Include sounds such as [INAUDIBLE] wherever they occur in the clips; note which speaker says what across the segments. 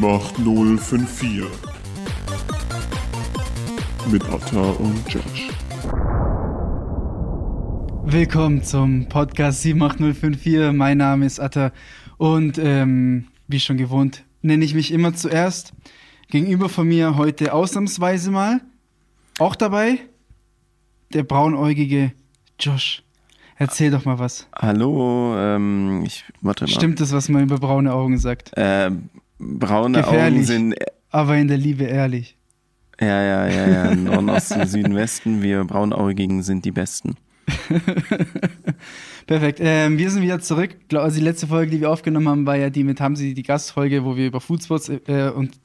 Speaker 1: macht 054. Mit Atta und Josh.
Speaker 2: Willkommen zum Podcast 78054. Mein Name ist Atta und ähm, wie schon gewohnt nenne ich mich immer zuerst. Gegenüber von mir heute ausnahmsweise mal auch dabei der braunäugige Josh. Erzähl doch mal was.
Speaker 3: Hallo, ähm, ich warte mal.
Speaker 2: Stimmt das, was man über braune Augen sagt?
Speaker 3: Ähm, braune
Speaker 2: Gefährlich.
Speaker 3: Augen sind äh,
Speaker 2: Aber in der Liebe ehrlich.
Speaker 3: ja ja ja ja Norden, Osten,
Speaker 2: [LAUGHS]
Speaker 3: Süden, Westen. Wir braunaugigen sind die besten.
Speaker 2: Perfekt. Ähm, wir sind wieder zurück. Gla- Also die letzte Folge, die wir aufgenommen haben, war ja die mit Hamsi, die Gastfolge, wo wir über Foodspots äh, und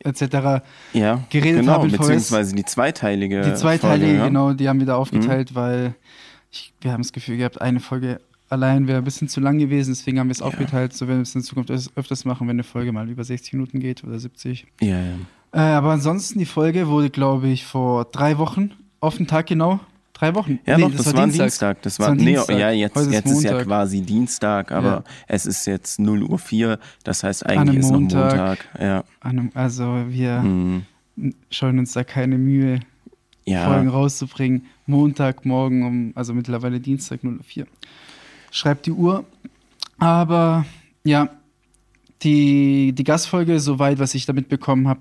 Speaker 2: etc.
Speaker 3: Ja,
Speaker 2: Geredet
Speaker 3: genau.
Speaker 2: haben, VS.
Speaker 3: beziehungsweise die zweiteilige.
Speaker 2: Die zwei
Speaker 3: Folge,
Speaker 2: Teile,
Speaker 3: ja. Mhm.
Speaker 2: genau, die haben wir da aufgeteilt, weil ich, wir haben das Gefühl gehabt, eine Folge allein wäre ein bisschen zu lang gewesen, deswegen haben wir es aufgeteilt, so werden wir es in Zukunft öf- öfters machen, wenn eine Folge mal über 60 Minuten geht oder 70.
Speaker 3: Ja ja.
Speaker 2: Äh, aber ansonsten, die Folge wurde, glaube ich, vor drei Wochen, auf den Tag genau, drei Wochen.
Speaker 3: Ja,
Speaker 2: Nee,
Speaker 3: doch, das, war ein Dienstag. Das war,
Speaker 2: ein
Speaker 3: nee,
Speaker 2: Dienstag.
Speaker 3: ja, jetzt,
Speaker 2: Heute
Speaker 3: jetzt ist, ja
Speaker 2: Montag.
Speaker 3: quasi Dienstag, aber
Speaker 2: Ja.
Speaker 3: es ist jetzt 0 Uhr 4, das heißt
Speaker 2: An
Speaker 3: eigentlich
Speaker 2: einem
Speaker 3: ist noch
Speaker 2: Montag.
Speaker 3: Montag. Ja.
Speaker 2: An einem- Also wir
Speaker 3: Mhm.
Speaker 2: scheuen uns da keine Mühe, Folgen
Speaker 3: Ja.
Speaker 2: rauszubringen. Montagmorgen um, also mittlerweile Dienstag 04. Schreibt die Uhr. Aber ja, die, die Gastfolge, soweit, was ich damit bekommen habe,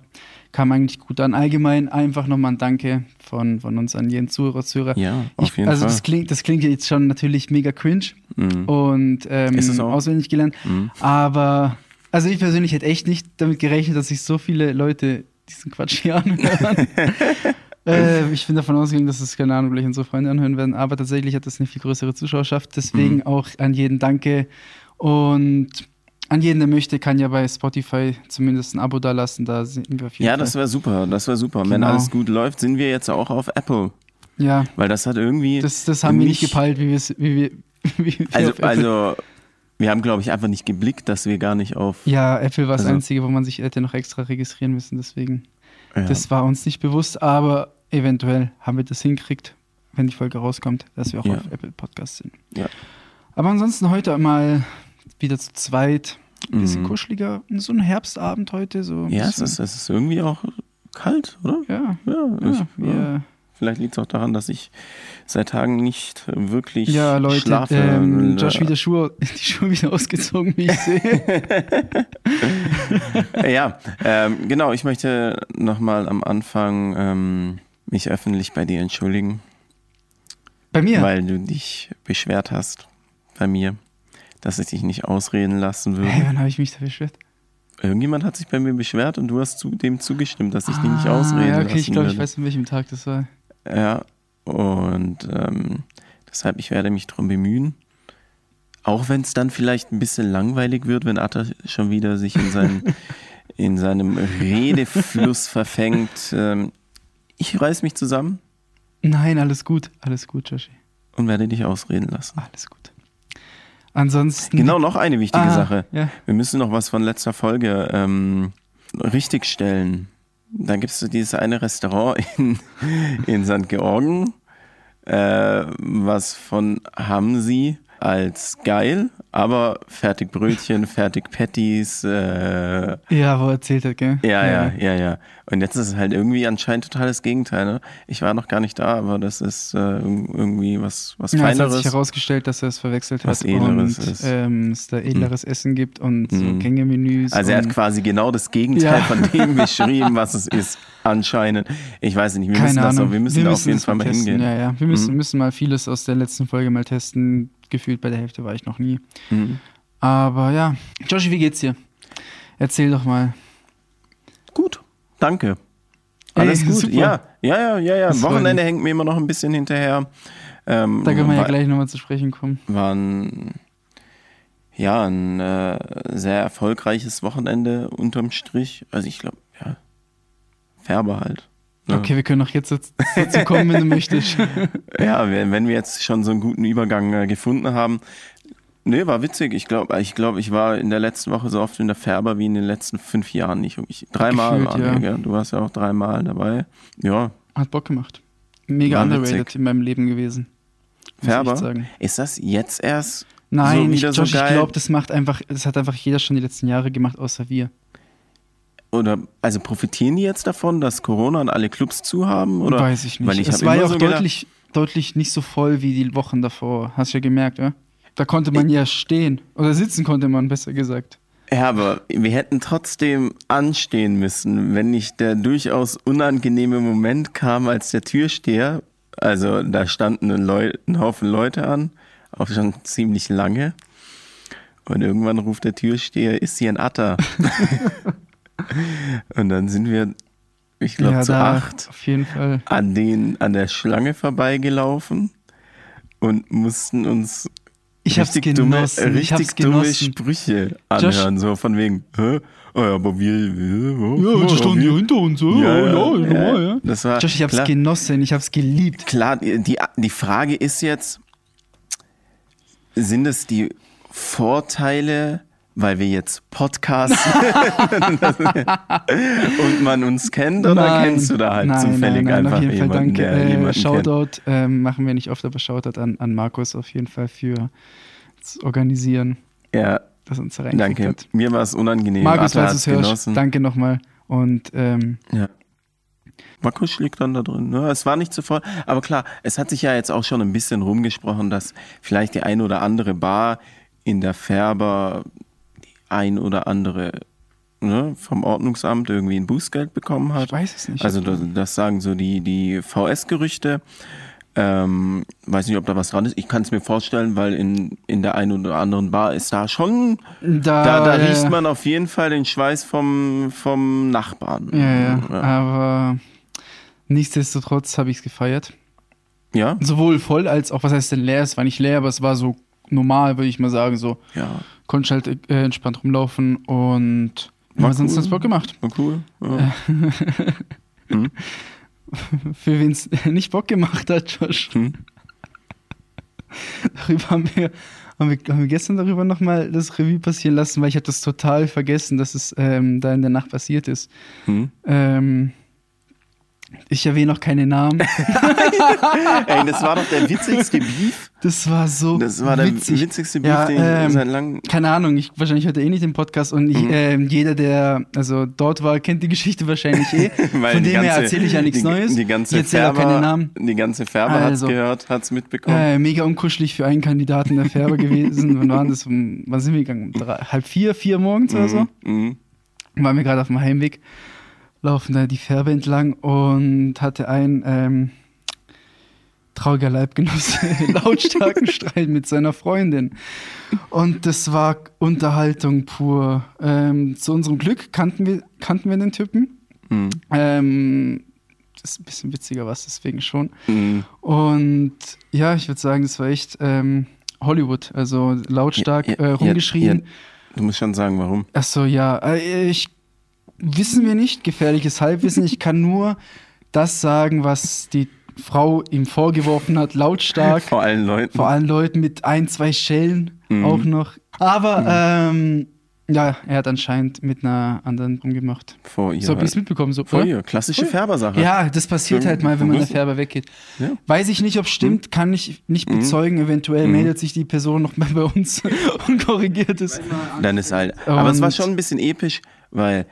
Speaker 2: kam eigentlich gut an. Allgemein einfach nochmal ein Danke von, von uns an jeden Zuhörer, Zuhörer.
Speaker 3: Ja, auf jeden
Speaker 2: also
Speaker 3: Fall.
Speaker 2: das klingt, das klingt jetzt schon natürlich mega cringe
Speaker 3: Mhm.
Speaker 2: und ähm,
Speaker 3: Ist es auch?
Speaker 2: auswendig gelernt.
Speaker 3: Mhm.
Speaker 2: Aber also ich persönlich hätte echt nicht damit gerechnet, dass sich so viele Leute diesen Quatsch hier anhören. äh, ich bin davon ausgegangen, dass es keine Ahnung gleich unsere Freunde anhören werden, aber tatsächlich hat das eine viel größere Zuschauerschaft. Deswegen
Speaker 3: Mhm.
Speaker 2: auch an jeden Danke und an jeden, der möchte, kann ja bei Spotify zumindest ein Abo dalassen. Da sind wir auf jeden
Speaker 3: Ja,
Speaker 2: Fall.
Speaker 3: das wäre super, das wäre super. Wenn
Speaker 2: Genau.
Speaker 3: alles gut läuft, sind wir jetzt auch auf Apple.
Speaker 2: ja,
Speaker 3: Weil das hat irgendwie.
Speaker 2: das, das haben wir nicht
Speaker 3: mich-
Speaker 2: gepeilt, wie wir es. Wie wir, wie wir
Speaker 3: Also,
Speaker 2: auf Apple-
Speaker 3: also wir haben, glaube ich, einfach nicht geblickt, dass wir gar nicht auf.
Speaker 2: ja, Apple war das
Speaker 3: also-
Speaker 2: Einzige, wo man sich hätte noch extra registrieren müssen, deswegen.
Speaker 3: Ja.
Speaker 2: Das war uns nicht bewusst, aber eventuell haben wir das hinkriegt, wenn die Folge rauskommt, dass wir auch
Speaker 3: Ja.
Speaker 2: auf Apple Podcast sind.
Speaker 3: Ja.
Speaker 2: Aber ansonsten heute mal wieder zu zweit. Ein bisschen
Speaker 3: Mhm.
Speaker 2: kuscheliger, so ein Herbstabend heute. So ein
Speaker 3: ja es,
Speaker 2: bisschen,
Speaker 3: ist, es ist irgendwie auch kalt, oder?
Speaker 2: Ja,
Speaker 3: Ja,
Speaker 2: ja,
Speaker 3: ich, ja.
Speaker 2: wir,
Speaker 3: vielleicht liegt es auch daran, dass ich seit Tagen nicht wirklich
Speaker 2: ja, Leute,
Speaker 3: schlafe.
Speaker 2: ähm,
Speaker 3: Und, äh,
Speaker 2: Josh wieder Schuhe, [LAUGHS] die Schuhe wieder ausgezogen, wie ich
Speaker 3: [LAUGHS]
Speaker 2: sehe.
Speaker 3: Ja, ähm, genau. Ich möchte nochmal am Anfang ähm, mich öffentlich bei dir entschuldigen,
Speaker 2: Bei mir.
Speaker 3: weil du dich beschwert hast bei mir, dass ich dich nicht ausreden
Speaker 2: [LAUGHS]
Speaker 3: lassen würde.
Speaker 2: Hey, wann habe ich mich da beschwert?
Speaker 3: Irgendjemand hat sich bei mir beschwert und du hast zu, dem zugestimmt, dass ich die nicht
Speaker 2: Ah,
Speaker 3: ausreden
Speaker 2: Ja, okay,
Speaker 3: lassen
Speaker 2: ich glaube, ich
Speaker 3: würde.
Speaker 2: weiß, an welchem Tag das war.
Speaker 3: Ja, und ähm, deshalb, ich werde mich drum bemühen. Auch wenn es dann vielleicht ein bisschen langweilig wird, wenn Atta schon wieder sich
Speaker 2: [LAUGHS]
Speaker 3: in, seinen, in seinem Redefluss verfängt. Ähm, ich reiß mich zusammen
Speaker 2: Nein, alles gut, alles gut, Joshi,
Speaker 3: und werde dich ausreden lassen.
Speaker 2: alles gut. Ansonsten.
Speaker 3: Genau, noch eine wichtige
Speaker 2: Ah,
Speaker 3: Sache.
Speaker 2: Ja.
Speaker 3: Wir müssen noch was von letzter Folge ähm, richtigstellen. Da gibt es so dieses eine Restaurant [LAUGHS] in, in St. Georgen, äh, was von Hamsi als geil, aber fertig
Speaker 2: [LAUGHS]
Speaker 3: Brötchen, fertig Patties, äh,
Speaker 2: Ja, wo er erzählt hat, gell?
Speaker 3: ja, ja, ja, ja. Und jetzt ist es halt irgendwie anscheinend totales Gegenteil. Ne? Ich war noch gar nicht da, aber das ist äh, irg- irgendwie was, was
Speaker 2: Ja, es hat sich
Speaker 3: Feineres.
Speaker 2: herausgestellt, dass er es verwechselt
Speaker 3: Was
Speaker 2: hat
Speaker 3: Edleres
Speaker 2: und
Speaker 3: ist.
Speaker 2: Ähm, es da edleres Essen gibt und so
Speaker 3: Mhm.
Speaker 2: Gängemenüs.
Speaker 3: Also er hat
Speaker 2: und-
Speaker 3: quasi genau das Gegenteil
Speaker 2: Ja.
Speaker 3: von
Speaker 2: [LAUGHS]
Speaker 3: dem beschrieben, was es ist, anscheinend. Ich weiß nicht, wir müssen das so, wir müssen da auf jeden
Speaker 2: das
Speaker 3: Fall mal
Speaker 2: testen.
Speaker 3: hingehen.
Speaker 2: Ja, ja. Wir müssen,
Speaker 3: Mhm.
Speaker 2: müssen mal vieles aus der letzten Folge mal testen. Gefühlt bei der Hälfte war ich noch nie.
Speaker 3: Mhm.
Speaker 2: Aber ja. Joshi, wie geht's dir? Erzähl doch mal.
Speaker 3: Gut, danke. Alles
Speaker 2: Ey,
Speaker 3: gut.
Speaker 2: super.
Speaker 3: Ja, ja, ja, ja, ja.
Speaker 2: Das freut
Speaker 3: Wochenende hängt mir immer noch ein bisschen hinterher. Ähm,
Speaker 2: Da können wir ja
Speaker 3: war-
Speaker 2: gleich nochmal zu sprechen kommen.
Speaker 3: War ein, ja, ein äh, sehr erfolgreiches Wochenende unterm Strich. Also ich glaube, ja, Färber halt. ne?
Speaker 2: Okay, wir können auch jetzt dazu dazu kommen, wenn du
Speaker 3: [LAUGHS]
Speaker 2: möchtest.
Speaker 3: Ja, wenn wenn wir jetzt schon so einen guten Übergang äh, gefunden haben. Nee, war witzig. Ich glaube, ich, glaub, ich war in der letzten Woche so oft in der Färber wie in den letzten fünf Jahren nicht. Ich, dreimal
Speaker 2: Gefühlt,
Speaker 3: waren
Speaker 2: ja.
Speaker 3: wir, gell? Du warst ja auch dreimal dabei. Ja,
Speaker 2: Hat Bock gemacht. Mega
Speaker 3: War
Speaker 2: underrated
Speaker 3: witzig.
Speaker 2: in meinem Leben gewesen. Muss ich echt
Speaker 3: Färber.
Speaker 2: sagen.
Speaker 3: Ist das jetzt erst?
Speaker 2: Nein,
Speaker 3: So
Speaker 2: ich,
Speaker 3: wieder so
Speaker 2: Josh, ich
Speaker 3: geil.
Speaker 2: glaube, das macht einfach, das hat einfach jeder schon die letzten Jahre gemacht, außer wir.
Speaker 3: oder also profitieren die jetzt davon, dass Corona und alle Clubs zu haben? Oder?
Speaker 2: Weiß ich nicht.
Speaker 3: Weil ich
Speaker 2: es
Speaker 3: hab
Speaker 2: war ja
Speaker 3: immer
Speaker 2: auch
Speaker 3: so gedacht-
Speaker 2: deutlich, deutlich nicht so voll wie die Wochen davor. Hast ja gemerkt, ja? Da konnte man ja stehen. Oder sitzen konnte man, besser gesagt.
Speaker 3: Ja, aber wir hätten trotzdem anstehen müssen, wenn nicht der durchaus unangenehme Moment kam, als der Türsteher, also da standen ein, Leu ein Haufen Leute an, auch schon ziemlich lange. Und irgendwann ruft der Türsteher, ist hier
Speaker 2: [LAUGHS]
Speaker 3: ein Atter? Und dann sind wir, ich glaube,
Speaker 2: ja,
Speaker 3: zu
Speaker 2: da
Speaker 3: acht
Speaker 2: Auf jeden Fall.
Speaker 3: an den, an der Schlange vorbeigelaufen und mussten uns
Speaker 2: Ich hab's
Speaker 3: richtig dumme,
Speaker 2: genossen. ich
Speaker 3: richtig
Speaker 2: hab's
Speaker 3: dumme
Speaker 2: genossen.
Speaker 3: Sprüche anhören, so von wegen, hä? Oh ja, aber wir, wir oh, oh, wir-
Speaker 2: hinter uns.
Speaker 3: Das war
Speaker 2: Josh, ich hab's
Speaker 3: klar,
Speaker 2: genossen. Ich hab's geliebt.
Speaker 3: klar, die, die- die Frage ist jetzt, sind es die Vorteile, weil wir
Speaker 2: [LAUGHS]
Speaker 3: jetzt Podcasten und man uns kennt oder
Speaker 2: Nein.
Speaker 3: kennst du da halt
Speaker 2: nein, nein,
Speaker 3: zufällig
Speaker 2: nein,
Speaker 3: einfach
Speaker 2: auf jeden Fall
Speaker 3: jemanden,
Speaker 2: danke.
Speaker 3: der
Speaker 2: äh,
Speaker 3: jemanden kennt?
Speaker 2: Shoutout ähm, machen wir nicht oft, aber Shoutout an, an Markus auf jeden Fall für das Organisieren,
Speaker 3: Ja,
Speaker 2: das uns da reingekriegt
Speaker 3: danke.
Speaker 2: hat.
Speaker 3: Mir war es unangenehm.
Speaker 2: Markus,
Speaker 3: Atta
Speaker 2: falls du
Speaker 3: hat's
Speaker 2: es hörst,
Speaker 3: genossen.
Speaker 2: danke nochmal. Und ähm,
Speaker 3: Ja. War kuschelig dann da drin. Ja, es war nicht so voll. Aber klar, es hat sich ja jetzt auch schon ein bisschen rumgesprochen, dass vielleicht die ein oder andere Bar in der Färber die ein oder andere ne, vom Ordnungsamt irgendwie ein Bußgeld bekommen hat.
Speaker 2: ich weiß es nicht.
Speaker 3: Also das, das sagen so die, die VS-Gerüchte. Ähm, weiß nicht, ob da was dran ist. Ich kann es mir vorstellen, weil in, in der einen oder anderen Bar ist da schon,
Speaker 2: da, äh,
Speaker 3: da, da
Speaker 2: Ah, ja,
Speaker 3: riecht
Speaker 2: ja.
Speaker 3: man auf jeden Fall den Schweiß vom, vom Nachbarn.
Speaker 2: Ja, ja, aber nichtsdestotrotz habe ich es gefeiert.
Speaker 3: Ja?
Speaker 2: Sowohl voll als auch, was heißt denn leer? Es war nicht leer, aber es war so normal, würde ich mal sagen. So
Speaker 3: Ja.
Speaker 2: konnte halt äh, entspannt rumlaufen und
Speaker 3: War
Speaker 2: was sonst
Speaker 3: cool.
Speaker 2: das Bock gemacht.
Speaker 3: War cool. Ja.
Speaker 2: Für wen es [LAUGHS] nicht Bock gemacht hat, Josh.
Speaker 3: Hm.
Speaker 2: [LAUGHS] Darüber haben wir, haben wir, haben wir gestern darüber nochmal das Revue passieren lassen, weil ich habe das total vergessen, dass es ähm, da in der Nacht passiert ist.
Speaker 3: Hm.
Speaker 2: Ähm, ich erwähne noch keine
Speaker 3: [LAUGHS]
Speaker 2: Namen.
Speaker 3: [LAUGHS] Ey, das war doch der witzigste Beef.
Speaker 2: Das war so
Speaker 3: Das war der
Speaker 2: witzig.
Speaker 3: witzigste Beef,
Speaker 2: Ja,
Speaker 3: den ich
Speaker 2: ähm,
Speaker 3: seit langem.
Speaker 2: keine Ahnung, ich, wahrscheinlich hört er eh nicht den Podcast und
Speaker 3: Mhm.
Speaker 2: ich, ähm, jeder, der also dort war, kennt die Geschichte wahrscheinlich eh.
Speaker 3: [LAUGHS] Weil
Speaker 2: Von
Speaker 3: die
Speaker 2: dem her
Speaker 3: ganze-
Speaker 2: erzähle ich ja nichts
Speaker 3: die,
Speaker 2: Neues.
Speaker 3: Die ganze
Speaker 2: ich erzähle auch
Speaker 3: Färber,
Speaker 2: keine Namen.
Speaker 3: Die ganze Färber hat's
Speaker 2: Also.
Speaker 3: gehört, hat's mitbekommen.
Speaker 2: Äh, mega unkuschelig für einen Kandidaten der Färber gewesen. Wann waren das? Um, wann sind wir gegangen? Um drei, halb vier, vier morgens oder so?
Speaker 3: Mhm.
Speaker 2: waren wir gerade auf dem Heimweg, laufen da die Färbe entlang und hatte ein ähm, trauriger
Speaker 3: [LAUGHS]
Speaker 2: Leibgenosse lautstarken Streit mit seiner Freundin. Und das war Unterhaltung pur. Ähm, zu unserem Glück kannten wir, kannten wir den Typen.
Speaker 3: Mhm.
Speaker 2: Ähm, das ist ein bisschen witziger was, deswegen schon.
Speaker 3: Mhm.
Speaker 2: Und ja, ich würde sagen, das war echt ähm, Hollywood. Also lautstark
Speaker 3: Ja, ja,
Speaker 2: äh, rumgeschrien.
Speaker 3: ja, ja. Du musst schon sagen, warum.
Speaker 2: Ach so, ja. Äh, Ich, wissen wir nicht, gefährliches Halbwissen. Ich kann nur das sagen, was die Frau ihm vorgeworfen hat, lautstark,
Speaker 3: [LAUGHS] Vor Mhm. allen Leuten.
Speaker 2: vor allen Leuten mit ein, zwei Schellen auch noch. Aber,
Speaker 3: Mhm.
Speaker 2: ähm, ja, er hat anscheinend mit einer anderen rumgemacht.
Speaker 3: Vor ihr.
Speaker 2: so hab ich's mitbekommen. So,
Speaker 3: Vor
Speaker 2: oder?
Speaker 3: ihr. Klassische Färbersache.
Speaker 2: Ja, das passiert
Speaker 3: Schön.
Speaker 2: halt mal, wenn man der
Speaker 3: Wissen.
Speaker 2: Färber weggeht.
Speaker 3: Ja. Mhm.
Speaker 2: Weiß ich nicht, ob stimmt, kann ich nicht bezeugen. Eventuell meldet sich die Person nochmal bei uns [LAUGHS] und korrigiert es.
Speaker 3: Dann ist halt. Aber es war
Speaker 2: Und-
Speaker 3: schon ein bisschen episch, weil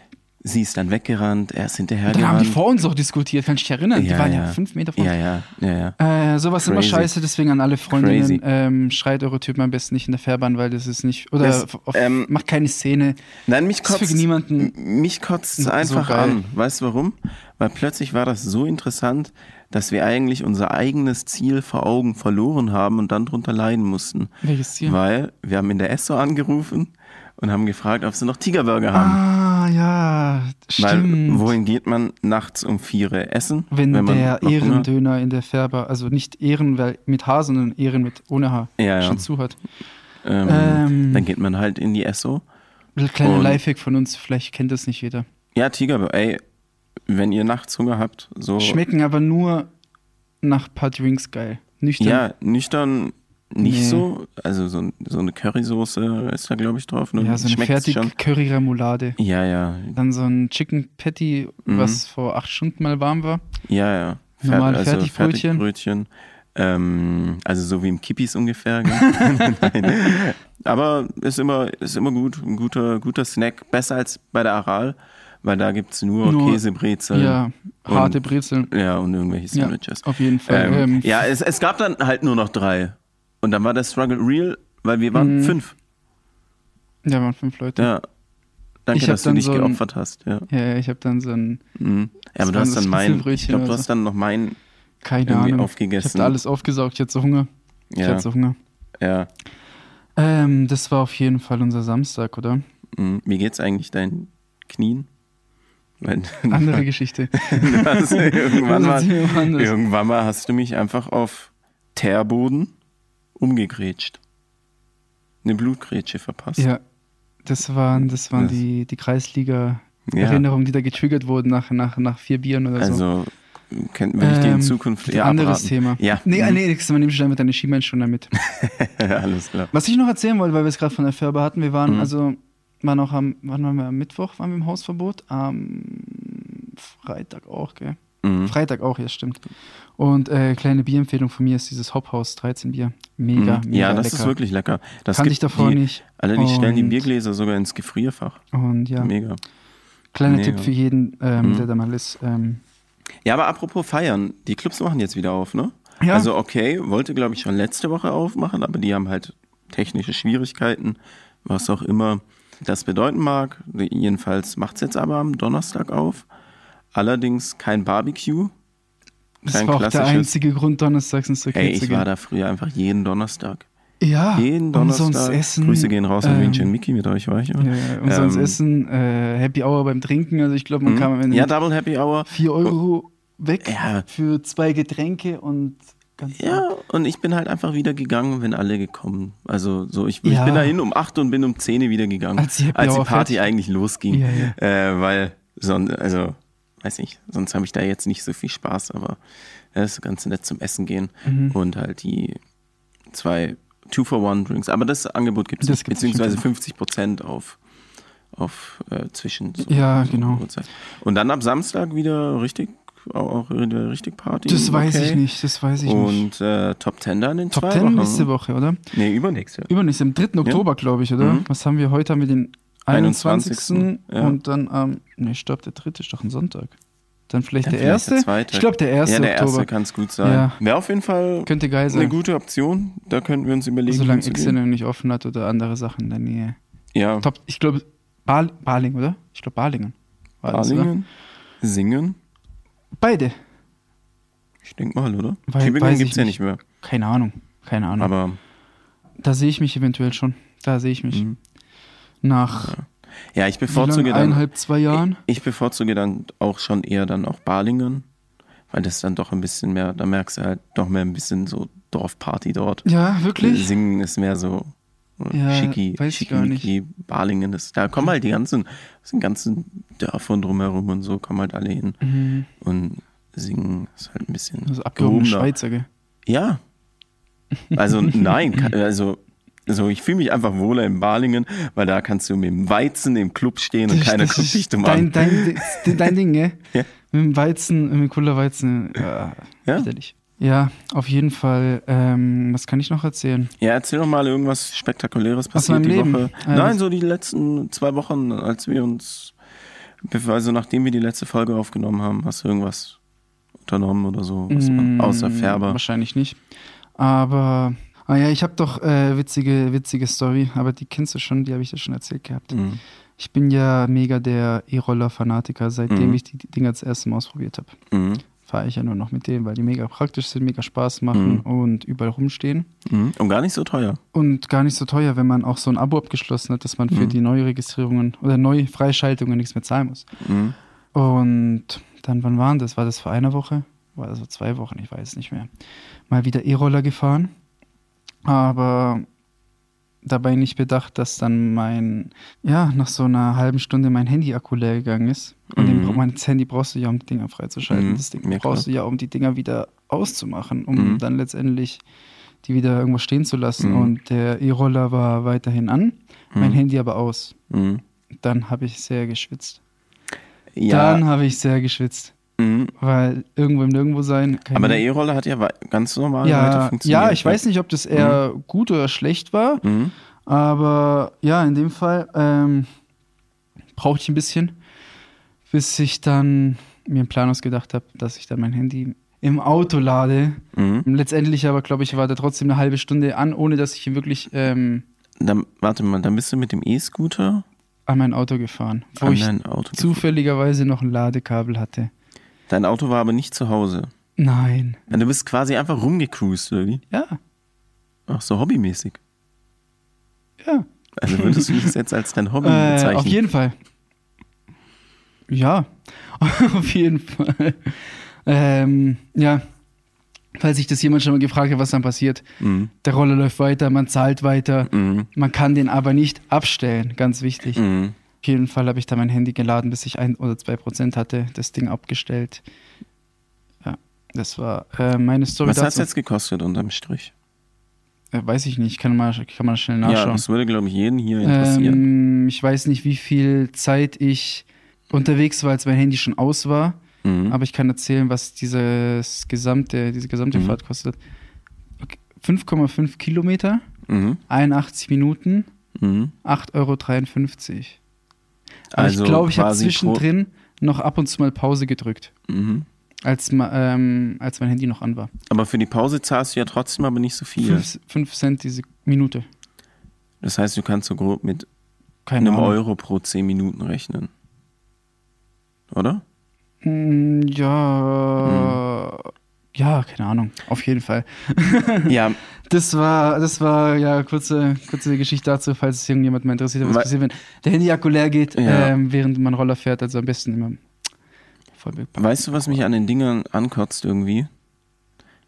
Speaker 3: sie ist dann weggerannt, er ist
Speaker 2: Dann haben
Speaker 3: hinterhergerannt.
Speaker 2: die vor uns auch diskutiert, kann ich mich erinnern. die waren ja, fünf Meter vor uns.
Speaker 3: Ja, ja, ja, ja.
Speaker 2: Äh, sowas immer
Speaker 3: Crazy.
Speaker 2: scheiße, deswegen an alle Freundinnen,
Speaker 3: Crazy.
Speaker 2: ähm, schreit eure Typen am besten nicht in der Fährbahn, weil das ist nicht, oder
Speaker 3: Das,
Speaker 2: f- auf,
Speaker 3: ähm,
Speaker 2: macht keine Szene.
Speaker 3: Nein, mich
Speaker 2: Das ist
Speaker 3: kotzt,
Speaker 2: für niemanden
Speaker 3: m- mich kotzt es
Speaker 2: so
Speaker 3: einfach
Speaker 2: geil.
Speaker 3: an. Weißt du warum? Weil plötzlich war das so interessant, dass wir eigentlich unser eigenes Ziel vor Augen verloren haben und dann drunter leiden mussten.
Speaker 2: Welches Ziel?
Speaker 3: Weil wir haben in der ESSO angerufen und haben gefragt, ob sie noch Tigerburger haben.
Speaker 2: Ah, ja,
Speaker 3: Weil
Speaker 2: stimmt.
Speaker 3: wohin geht man nachts um vier Uhr essen?
Speaker 2: wenn,
Speaker 3: man
Speaker 2: der
Speaker 3: noch Hunger-
Speaker 2: Ehrendöner in der Färber, also nicht Ehren weil- mit H, sondern Ehren mit ohne H,
Speaker 3: Ja, ja.
Speaker 2: schon zu hat.
Speaker 3: ähm,
Speaker 2: Ähm.
Speaker 3: Dann geht man halt in die ESSO.
Speaker 2: Ein kleiner
Speaker 3: Und-
Speaker 2: Lifehack von uns, vielleicht kennt das nicht jeder.
Speaker 3: Ja, Tigerburger, ey, wenn ihr nachts Hunger habt, so.
Speaker 2: Schmecken aber nur nach ein paar Drinks geil. Nüchtern.
Speaker 3: Ja, nüchtern nicht
Speaker 2: Nee.
Speaker 3: so. Also so, so eine Currysoße ist da, glaube ich, drauf. Ne?
Speaker 2: ja so eine
Speaker 3: Schmeckt's
Speaker 2: fertig Curry-Remoulade.
Speaker 3: Ja, ja,
Speaker 2: Dann so ein Chicken Patty, was
Speaker 3: Mhm.
Speaker 2: vor acht Stunden mal warm war.
Speaker 3: ja, ja. Fer-
Speaker 2: Normale
Speaker 3: also
Speaker 2: Fertigbrötchen.
Speaker 3: Fertigbrötchen. Ähm, also so wie im Kippis ungefähr.
Speaker 2: [LAUGHS]
Speaker 3: gell? Nein. Aber ist immer, ist immer gut, ein guter, guter Snack. Besser als bei der Aral, weil da gibt es nur,
Speaker 2: Nur-
Speaker 3: Käsebrezeln.
Speaker 2: Ja, harte Brezeln.
Speaker 3: Ja, und irgendwelche
Speaker 2: Ja,
Speaker 3: Sandwiches.
Speaker 2: auf jeden Fall.
Speaker 3: Ähm,
Speaker 2: Ähm,
Speaker 3: ja, es, es gab dann halt nur noch drei. Und dann war der Struggle real, weil wir waren
Speaker 2: Mhm.
Speaker 3: fünf.
Speaker 2: Da waren fünf Leute.
Speaker 3: Ja. Danke,
Speaker 2: Ich hab
Speaker 3: dass du
Speaker 2: dann
Speaker 3: dich
Speaker 2: so ein-
Speaker 3: geopfert hast. Ja,
Speaker 2: Ja, ich habe dann so ein,
Speaker 3: mhm. ja aber
Speaker 2: waren
Speaker 3: du hast
Speaker 2: so
Speaker 3: dann mein. Ich
Speaker 2: Schnitzelbrötchen
Speaker 3: glaube,
Speaker 2: oder
Speaker 3: du hast
Speaker 2: so.
Speaker 3: dann noch mein.
Speaker 2: keine
Speaker 3: Irgendwie
Speaker 2: Ahnung.
Speaker 3: aufgegessen.
Speaker 2: Ich habe da alles aufgesaugt, ich hatte so Hunger. Ich
Speaker 3: Ja,
Speaker 2: hatte so Hunger.
Speaker 3: ja.
Speaker 2: Ähm, das war auf jeden Fall unser Samstag, oder?
Speaker 3: [LAUGHS] Mhm. Wie geht's eigentlich deinen Knien?
Speaker 2: [LAUGHS]
Speaker 3: Wenn,
Speaker 2: Andere Geschichte.
Speaker 3: du [LAUGHS]
Speaker 2: [LAUGHS]
Speaker 3: hast irgendwann,
Speaker 2: Das ist
Speaker 3: mal,
Speaker 2: jemand anders.
Speaker 3: irgendwann mal hast du mich einfach auf Teerboden umgegrätscht. Eine Blutgrätsche verpasst.
Speaker 2: Ja, das waren, das waren
Speaker 3: Das-
Speaker 2: die, die Kreisliga-Erinnerungen,
Speaker 3: Ja.
Speaker 2: die da getriggert wurden nach, nach, nach vier Bieren oder so.
Speaker 3: Also könnten wir dir in
Speaker 2: Ähm,
Speaker 3: Zukunft
Speaker 2: Ein
Speaker 3: eher
Speaker 2: anderes
Speaker 3: abraten.
Speaker 2: Thema.
Speaker 3: Ja. Mhm.
Speaker 2: Nee, äh, nee, nächstes Mal nimmst du damit deine Schienbein schon damit.
Speaker 3: [LAUGHS] Alles klar.
Speaker 2: Was ich noch erzählen wollte, weil wir es gerade von der Färbe hatten, wir waren
Speaker 3: Mhm.
Speaker 2: also, waren auch am, wann waren wir am Mittwoch, waren wir im Hausverbot? Am Freitag auch, gell?
Speaker 3: Mhm.
Speaker 2: Freitag auch, ja, stimmt. Und äh, kleine Bierempfehlung von mir ist dieses Hophaus 13 Bier. Mega,
Speaker 3: Mhm.
Speaker 2: mega
Speaker 3: ja, das
Speaker 2: lecker.
Speaker 3: ist wirklich lecker. Das
Speaker 2: Kannte
Speaker 3: gibt
Speaker 2: ich davor
Speaker 3: die,
Speaker 2: nicht.
Speaker 3: Alle, die stellen die
Speaker 2: Und-
Speaker 3: Biergläser sogar ins Gefrierfach.
Speaker 2: Und ja,
Speaker 3: Mega.
Speaker 2: kleiner
Speaker 3: mega.
Speaker 2: Tipp für jeden, ähm,
Speaker 3: Mhm.
Speaker 2: der da mal ist. Ähm,
Speaker 3: Ja, aber apropos feiern, die Clubs machen jetzt wieder auf, ne?
Speaker 2: Ja.
Speaker 3: Also okay, wollte glaube ich schon letzte Woche aufmachen, aber die haben halt technische Schwierigkeiten, was auch immer das bedeuten mag. Jedenfalls macht es jetzt aber am Donnerstag auf. Allerdings kein Barbecue.
Speaker 2: das
Speaker 3: Kein
Speaker 2: war auch der
Speaker 3: klassisches-
Speaker 2: einzige Grund, donnerstags ins Circuit
Speaker 3: Ey,
Speaker 2: zu
Speaker 3: ich
Speaker 2: gehen.
Speaker 3: war da früher einfach jeden Donnerstag.
Speaker 2: ja,
Speaker 3: Jeden
Speaker 2: Ah, umsonst
Speaker 3: Donnerstag.
Speaker 2: essen.
Speaker 3: Grüße gehen raus an
Speaker 2: ähm,
Speaker 3: München Mickey, mit euch war ich immer.
Speaker 2: Ja, ja, umsonst
Speaker 3: Ähm,
Speaker 2: essen, äh, Happy Hour beim Trinken. Also ich glaube, man
Speaker 3: Mhm.
Speaker 2: kam am Ende
Speaker 3: Ja,
Speaker 2: mit
Speaker 3: Double Happy Hour.
Speaker 2: 4 Euro weg
Speaker 3: Ja.
Speaker 2: für zwei Getränke und ganz
Speaker 3: Ja, und ich bin halt einfach wieder gegangen, wenn alle gekommen. Also so, ich, ich
Speaker 2: Ja.
Speaker 3: bin dahin um 8 und bin um 10 wieder gegangen,
Speaker 2: Als die Happy Hour
Speaker 3: Party
Speaker 2: fertig-
Speaker 3: eigentlich losging.
Speaker 2: Ja, ja.
Speaker 3: Äh, weil son, also weiß nicht, sonst habe ich da jetzt nicht so viel Spaß, aber das ist ganz nett zum Essen gehen
Speaker 2: Mhm.
Speaker 3: und halt die zwei Two for One Drinks. Aber das Angebot gibt es
Speaker 2: Das
Speaker 3: nicht,
Speaker 2: gibt's genau.
Speaker 3: beziehungsweise
Speaker 2: bestimmt
Speaker 3: 50 Prozent auf auf äh, zwischen so,
Speaker 2: Ja,
Speaker 3: so
Speaker 2: genau.
Speaker 3: Uhrzeit. Und dann ab Samstag wieder richtig auch wieder richtig Party.
Speaker 2: Das weiß
Speaker 3: okay.
Speaker 2: ich nicht, das weiß ich nicht.
Speaker 3: Und äh, Top 10 dann in
Speaker 2: Top
Speaker 3: zwei
Speaker 2: 10
Speaker 3: Wochen.
Speaker 2: nächste Woche, oder?
Speaker 3: Nee, übernächste.
Speaker 2: Übernächste, am 3. Oktober, glaube ich, oder?
Speaker 3: Mhm.
Speaker 2: Was haben wir heute? Haben wir den 21.
Speaker 3: 21., ja.
Speaker 2: und dann am. Ähm, nee, stopp, der dritte ist doch ein Sonntag. Dann vielleicht
Speaker 3: Dann
Speaker 2: der
Speaker 3: vielleicht
Speaker 2: erste?
Speaker 3: der zweite.
Speaker 2: ich glaube, der erste
Speaker 3: ja, der
Speaker 2: Oktober.
Speaker 3: erste kann es gut sein.
Speaker 2: Ja.
Speaker 3: Wäre auf jeden Fall
Speaker 2: Könnte geil
Speaker 3: eine
Speaker 2: sein. Also
Speaker 3: gute Option. Da könnten wir uns Mhm. überlegen.
Speaker 2: Solange
Speaker 3: hinzugehen.
Speaker 2: Xenia nicht offen hat oder andere Sachen in der Nähe.
Speaker 3: Ja,
Speaker 2: Top, ich glaube, Bal Baling, oder? Ich glaube, Balingen. War das, oder?
Speaker 3: Balingen, Singen.
Speaker 2: Beide.
Speaker 3: Ich denke mal, oder?
Speaker 2: Weil-
Speaker 3: Tübingen
Speaker 2: weiß
Speaker 3: gibt
Speaker 2: ich
Speaker 3: es ja
Speaker 2: nicht. Hm.
Speaker 3: nicht mehr.
Speaker 2: Keine Ahnung. Keine Ahnung.
Speaker 3: Aber
Speaker 2: da sehe ich mich eventuell schon. Da sehe ich mich.
Speaker 3: Mhm.
Speaker 2: Nach
Speaker 3: ja, ich
Speaker 2: wie lang,
Speaker 3: bevorzuge dann.
Speaker 2: eineinhalb, zwei Jahren.
Speaker 3: Ich bevorzuge dann auch schon eher dann auch Balingen, weil das dann doch ein bisschen mehr, da merkst du halt noch mehr ein bisschen so Dorfparty dort.
Speaker 2: Ja, wirklich?
Speaker 3: Singen ist mehr so äh,
Speaker 2: Ja,
Speaker 3: schicki,
Speaker 2: weiß ich gar nicht.
Speaker 3: schickimicki, Balingen ist. Da kommen halt die ganzen, aus den ganzen Dörfern drumherum und so, kommen halt alle hin.
Speaker 2: Mhm.
Speaker 3: Und singen ist halt ein bisschen
Speaker 2: Also abgehobene
Speaker 3: gehobener.
Speaker 2: Schweizer, gell?
Speaker 3: Ja.
Speaker 2: [LAUGHS]
Speaker 3: Also nein, ka- also so, ich fühle mich einfach wohler in Balingen, weil da kannst du mit dem Weizen im Club stehen und
Speaker 2: Das-
Speaker 3: keiner
Speaker 2: das
Speaker 3: guckt dich
Speaker 2: ist
Speaker 3: dumm
Speaker 2: dein,
Speaker 3: an.
Speaker 2: dein, dein, dein Ding, gell?
Speaker 3: [LAUGHS] Ja.
Speaker 2: Mit dem Weizen, mit dem Kullerweizen. Ja,
Speaker 3: Ja?
Speaker 2: widerlich. ja, auf jeden Fall. Ähm, was kann ich noch erzählen?
Speaker 3: Ja, erzähl doch mal irgendwas Spektakuläres passiert
Speaker 2: meinem
Speaker 3: die
Speaker 2: Leben?
Speaker 3: Woche.
Speaker 2: Ah,
Speaker 3: Nein,
Speaker 2: das-
Speaker 3: so die letzten zwei Wochen, als wir uns, also nachdem wir die letzte Folge aufgenommen haben, hast du irgendwas unternommen oder so, was man,
Speaker 2: Mm,
Speaker 3: außer Färber.
Speaker 2: Wahrscheinlich nicht. Aber, ah ja, ich habe doch äh, witzige, witzige Story, aber die kennst du schon, die habe ich dir schon erzählt gehabt.
Speaker 3: Mhm.
Speaker 2: Ich bin ja mega der E-Roller-Fanatiker, seitdem
Speaker 3: Mhm.
Speaker 2: ich die Dinger das erste Mal ausprobiert habe.
Speaker 3: Mhm.
Speaker 2: Fahre ich ja nur noch mit denen, weil die mega praktisch sind, mega Spaß machen
Speaker 3: Mhm.
Speaker 2: und überall rumstehen.
Speaker 3: Mhm. Und gar nicht so teuer.
Speaker 2: Und gar nicht so teuer, wenn man auch so ein Abo abgeschlossen hat, dass man für
Speaker 3: Mhm.
Speaker 2: die Neuregistrierungen oder Neufreischaltungen nichts mehr zahlen muss.
Speaker 3: Mhm.
Speaker 2: Und dann, wann waren das? War das vor einer Woche? War das vor zwei Wochen? Ich weiß nicht mehr. Mal wieder E-Roller gefahren. Aber dabei nicht bedacht, dass dann mein, ja, nach so einer halben Stunde mein Handy-Akku leer gegangen ist. Und den,
Speaker 3: Mhm.
Speaker 2: bra- mein Handy brauchst du ja, um die Dinger freizuschalten.
Speaker 3: Mhm,
Speaker 2: Das Ding
Speaker 3: ja,
Speaker 2: brauchst du ja, um die Dinger wieder auszumachen, um
Speaker 3: Mhm.
Speaker 2: dann letztendlich die wieder irgendwo stehen zu lassen.
Speaker 3: Mhm.
Speaker 2: Und der E-Roller war weiterhin an, mein
Speaker 3: Mhm.
Speaker 2: Handy aber aus.
Speaker 3: Mhm.
Speaker 2: Dann habe ich sehr geschwitzt.
Speaker 3: Ja,
Speaker 2: Dann habe ich sehr geschwitzt.
Speaker 3: mhm.
Speaker 2: Weil irgendwo im Nirgendwo sein. Kein
Speaker 3: aber der E-Roller hat ja wei- ganz normal weiter
Speaker 2: ja,
Speaker 3: funktioniert.
Speaker 2: ja, ich weiß nicht, ob das eher gut oder schlecht war,
Speaker 3: Mhm.
Speaker 2: aber ja, in dem Fall ähm, brauchte ich ein bisschen, bis ich dann mir einen Plan ausgedacht habe, dass ich dann mein Handy im Auto lade.
Speaker 3: Mhm.
Speaker 2: Letztendlich aber, glaube ich, war da trotzdem eine halbe Stunde an, ohne dass ich ihn wirklich ähm,
Speaker 3: Dann, warte mal, dann bist du mit dem E-Scooter
Speaker 2: an mein Auto gefahren, wo
Speaker 3: an
Speaker 2: ich
Speaker 3: dein Auto. gef-
Speaker 2: zufälligerweise noch ein Ladekabel hatte.
Speaker 3: Dein Auto war aber nicht zu Hause.
Speaker 2: Nein.
Speaker 3: Ja, Du bist quasi einfach rumgecruised, oder wie?
Speaker 2: Ja,
Speaker 3: Ach so, hobbymäßig.
Speaker 2: ja.
Speaker 3: Also würdest du das jetzt als dein Hobby
Speaker 2: Äh,
Speaker 3: bezeichnen?
Speaker 2: auf jeden Fall. Ja, [LAUGHS] auf jeden Fall. Ähm, ja, falls sich das jemand schon mal gefragt hat, was dann passiert.
Speaker 3: Mhm.
Speaker 2: Der Roller läuft weiter, man zahlt weiter,
Speaker 3: Mhm.
Speaker 2: man kann den aber nicht abstellen, ganz wichtig.
Speaker 3: Mhm.
Speaker 2: Auf jeden Fall habe ich da mein Handy geladen, bis ich ein oder zwei Prozent hatte, das Ding abgestellt. Ja, das war äh, meine Story
Speaker 3: Was hat es
Speaker 2: dazu.
Speaker 3: jetzt gekostet unterm Strich?
Speaker 2: Äh, weiß ich nicht, kann man, kann man schnell
Speaker 3: Ja,
Speaker 2: nachschauen.
Speaker 3: das würde, glaube ich, jeden hier interessieren.
Speaker 2: Ähm, ich weiß nicht, wie viel Zeit ich unterwegs war, als mein Handy schon aus war,
Speaker 3: mhm.
Speaker 2: aber ich kann erzählen, was dieses gesamte, diese gesamte
Speaker 3: Mhm.
Speaker 2: Fahrt kostet. Okay, 5,5 Kilometer,
Speaker 3: Mhm.
Speaker 2: 81 Minuten,
Speaker 3: Mhm.
Speaker 2: 8,53 Euro. Aber ich glaube, ich habe
Speaker 3: Also quasi
Speaker 2: zwischendrin noch ab und zu mal Pause gedrückt,
Speaker 3: Pro, mhm.
Speaker 2: als, ma- ähm, als mein Handy noch an war.
Speaker 3: Aber für die Pause zahlst du ja trotzdem aber nicht so viel.
Speaker 2: 5 Cent diese Minute.
Speaker 3: Das heißt, du kannst so grob mit
Speaker 2: Keine
Speaker 3: einem
Speaker 2: Ahnung.
Speaker 3: Euro pro 10 Minuten rechnen. Oder?
Speaker 2: [LAUGHS] Hm, Ja.
Speaker 3: Mhm.
Speaker 2: Ja, keine Ahnung. Auf jeden Fall.
Speaker 3: Ja,
Speaker 2: Das war, das war ja kurze, kurze Geschichte dazu, falls es irgendjemand mal interessiert, was
Speaker 3: Weil-
Speaker 2: passiert, wenn der Handyakku leer geht,
Speaker 3: Ja.
Speaker 2: ähm, während man Roller fährt. Also am besten immer voll be-
Speaker 3: weißt du, was mich an den Dingern ankotzt irgendwie?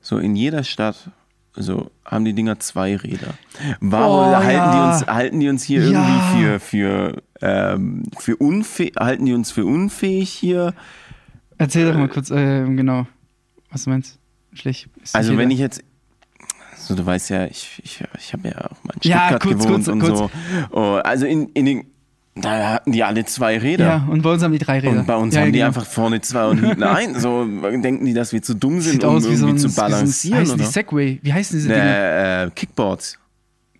Speaker 3: So in jeder Stadt so haben die Dinger zwei Räder. Warum
Speaker 2: Oh,
Speaker 3: halten,
Speaker 2: ja.
Speaker 3: die uns, halten die uns hier
Speaker 2: Ja.
Speaker 3: irgendwie für, für, ähm, für unfähig, halten die uns für unfähig hier?
Speaker 2: Erzähl
Speaker 3: Äh,
Speaker 2: doch mal kurz, ähm, genau, was du meinst. Schlecht. ist nicht
Speaker 3: Also
Speaker 2: jeder.
Speaker 3: wenn ich jetzt, so du weißt ja, ich, ich, ich habe ja auch mal in
Speaker 2: Ja,
Speaker 3: Stuttgart
Speaker 2: kurz,
Speaker 3: gewohnt
Speaker 2: kurz,
Speaker 3: und
Speaker 2: kurz.
Speaker 3: so. Oh, also in, in den, da hatten die alle zwei Räder.
Speaker 2: Ja, und bei uns haben die drei Räder.
Speaker 3: Und bei uns
Speaker 2: ja,
Speaker 3: haben die
Speaker 2: genau.
Speaker 3: einfach vorne zwei und
Speaker 2: [LAUGHS]
Speaker 3: hinten ein. So denken die, dass wir zu dumm sind,
Speaker 2: Sieht
Speaker 3: um
Speaker 2: aus wie
Speaker 3: irgendwie
Speaker 2: so ein,
Speaker 3: zu
Speaker 2: wie
Speaker 3: balancieren.
Speaker 2: so ein, heißen die
Speaker 3: Oder?
Speaker 2: Segway? Wie heißen diese Dinge?
Speaker 3: Äh, äh, Kickboards.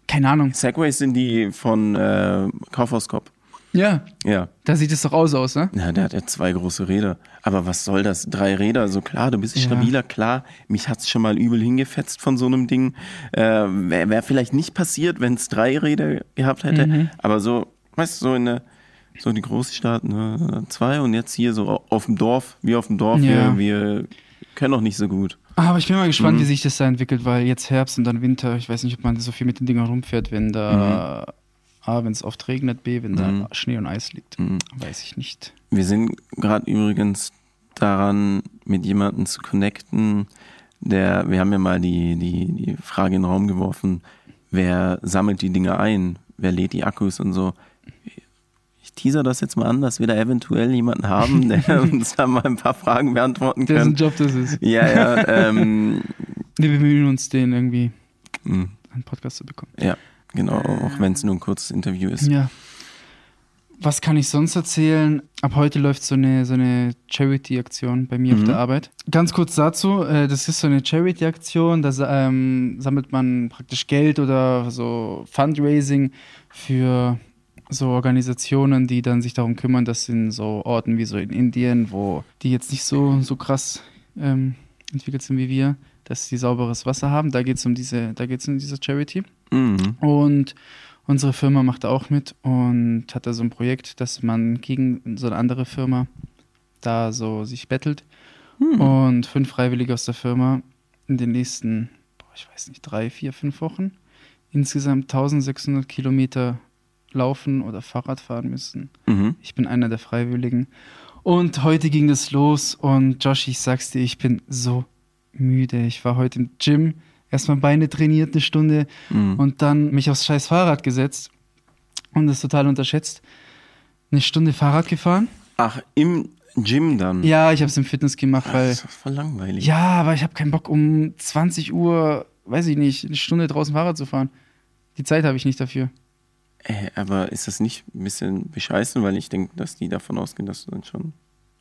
Speaker 2: Keine Ahnung.
Speaker 3: Segways sind die von äh, Kaufhaus Cop.
Speaker 2: Ja,
Speaker 3: Ja.
Speaker 2: da sieht es doch aus aus, ne?
Speaker 3: Na, der hat ja zwei große Räder. Aber was soll das? Drei Räder, so klar, du bist
Speaker 2: Ja.
Speaker 3: stabiler, klar. Mich hat's schon mal übel hingefetzt von so einem Ding. Äh, Wäre wär vielleicht nicht passiert, wenn's drei Räder gehabt hätte.
Speaker 2: Mhm.
Speaker 3: Aber so, weißt du, so in der, so die Großstadt, ne, zwei und jetzt hier so auf dem Dorf, wie auf dem Dorf,
Speaker 2: Ja.
Speaker 3: wir, wir können doch nicht so gut.
Speaker 2: Ah, Aber ich bin mal gespannt, wie sich das da entwickelt, weil jetzt Herbst und dann Winter, ich weiß nicht, ob man so viel mit den Dingern rumfährt, wenn da A, wenn es oft regnet, B, wenn da Schnee und Eis liegt. Weiß ich nicht.
Speaker 3: Wir sind gerade übrigens daran, mit jemandem zu connecten, der, wir haben ja mal die, die, die Frage in den Raum geworfen, wer sammelt die Dinge ein, wer lädt die Akkus und so. Ich teaser das jetzt mal an, dass wir da eventuell
Speaker 2: [LAUGHS]
Speaker 3: jemanden haben, der uns da mal ein paar Fragen beantworten
Speaker 2: Das ist ein
Speaker 3: kann.
Speaker 2: Job, das ist.
Speaker 3: Ja,
Speaker 2: [LAUGHS]
Speaker 3: ja, ähm,
Speaker 2: Wir bemühen uns, den irgendwie
Speaker 3: mh,
Speaker 2: einen Podcast zu bekommen.
Speaker 3: ja, genau, auch wenn es nur ein kurzes Interview ist.
Speaker 2: Ja. Was kann ich sonst erzählen? Ab heute läuft so eine, so eine Charity-Aktion bei mir auf
Speaker 3: Mhm.
Speaker 2: der Arbeit. Ganz kurz dazu, äh, das ist so eine Charity-Aktion, da sa- ähm, sammelt man praktisch Geld oder so Fundraising für so Organisationen, die dann sich darum kümmern, dass in so Orten wie so in Indien, wo die jetzt nicht so, so krass ähm, entwickelt sind wie wir, dass sie sauberes Wasser haben. Da geht es um diese, da geht's um diese Charity.
Speaker 3: Mhm.
Speaker 2: Und unsere Firma macht da auch mit und hat da so ein Projekt, dass man gegen so eine andere Firma da so sich bettelt. Und fünf Freiwillige aus der Firma in den nächsten, boah, ich weiß nicht, drei, vier, fünf Wochen insgesamt 1600 Kilometer laufen oder Fahrrad fahren müssen.
Speaker 3: Mhm.
Speaker 2: Ich bin einer der Freiwilligen. Und heute ging das los und Josh, ich sag's dir, ich bin so müde. Ich war heute im Gym, erstmal Beine trainiert eine Stunde
Speaker 3: Mhm.
Speaker 2: und dann mich aufs scheiß Fahrrad gesetzt und das total unterschätzt. Eine Stunde Fahrrad gefahren.
Speaker 3: Ach, im Gym dann?
Speaker 2: Ja, ich habe es im Fitness gemacht,
Speaker 3: Ach,
Speaker 2: weil
Speaker 3: das ist voll langweilig.
Speaker 2: ja, aber ich habe keinen Bock um 20 Uhr, weiß ich nicht, eine Stunde draußen Fahrrad zu fahren. Die Zeit habe ich nicht dafür.
Speaker 3: Äh, aber ist das nicht ein bisschen bescheißen, weil ich denke, dass die davon ausgehen, dass du dann schon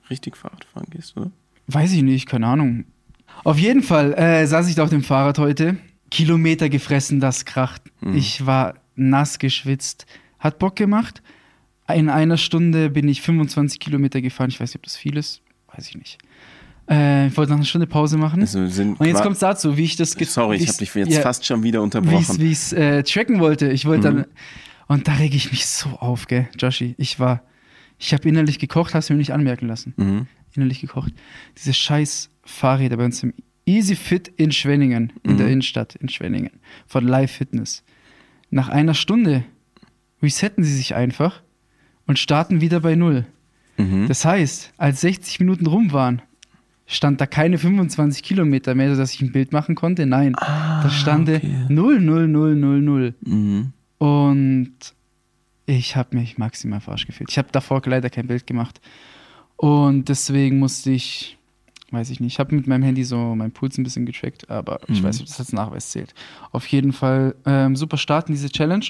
Speaker 3: richtig Fahrrad fahren gehst, oder?
Speaker 2: Weiß ich nicht, keine Ahnung. Auf jeden Fall äh, saß ich da auf dem Fahrrad heute. Kilometer
Speaker 3: Mhm.
Speaker 2: gefressen, das kracht. Ich war nass geschwitzt. Hat Bock gemacht, In einer Stunde bin ich 25 Kilometer gefahren. Ich weiß nicht, ob das viel ist. Weiß ich nicht. Äh, ich wollte nach einer Stunde Pause machen.
Speaker 3: Also wir sind
Speaker 2: Und jetzt
Speaker 3: qua-
Speaker 2: kommt es dazu, wie ich das ge-
Speaker 3: Sorry,
Speaker 2: wie
Speaker 3: ich
Speaker 2: ich's-
Speaker 3: habe dich jetzt
Speaker 2: ja,
Speaker 3: fast schon wieder
Speaker 2: wie ich's-
Speaker 3: unterbrochen. Mhm.
Speaker 2: wie ich es äh, tracken wollte. Ich wollte dann. Und da rege ich mich so auf, gell, Joshi. Ich war. Ich habe innerlich gekocht, hast du mir nicht anmerken lassen.
Speaker 3: Mhm.
Speaker 2: Innerlich gekocht. Diese scheiß Fahrräder bei uns im Easy Fit in Schwenningen, in
Speaker 3: Mhm.
Speaker 2: der Innenstadt in Schwenningen, von Live Fitness. Nach einer Stunde resetten sie sich einfach und starten wieder bei Null.
Speaker 3: Mhm.
Speaker 2: Das heißt, als 60 Minuten rum waren, stand da keine 25 Kilometer mehr, sodass ich ein Bild machen konnte. Nein, da stand
Speaker 3: Ah, okay.
Speaker 2: 0, 0, 0, 0, 0.
Speaker 3: Mhm.
Speaker 2: Und ich habe mich maximal verarscht gefühlt. Ich habe davor leider kein Bild gemacht. Und deswegen musste ich, weiß ich nicht, ich habe mit meinem Handy so meinen Puls ein bisschen getrackt, aber ich
Speaker 3: Mhm.
Speaker 2: weiß nicht, ob das als Nachweis zählt. Auf jeden Fall ähm, super starten diese Challenge.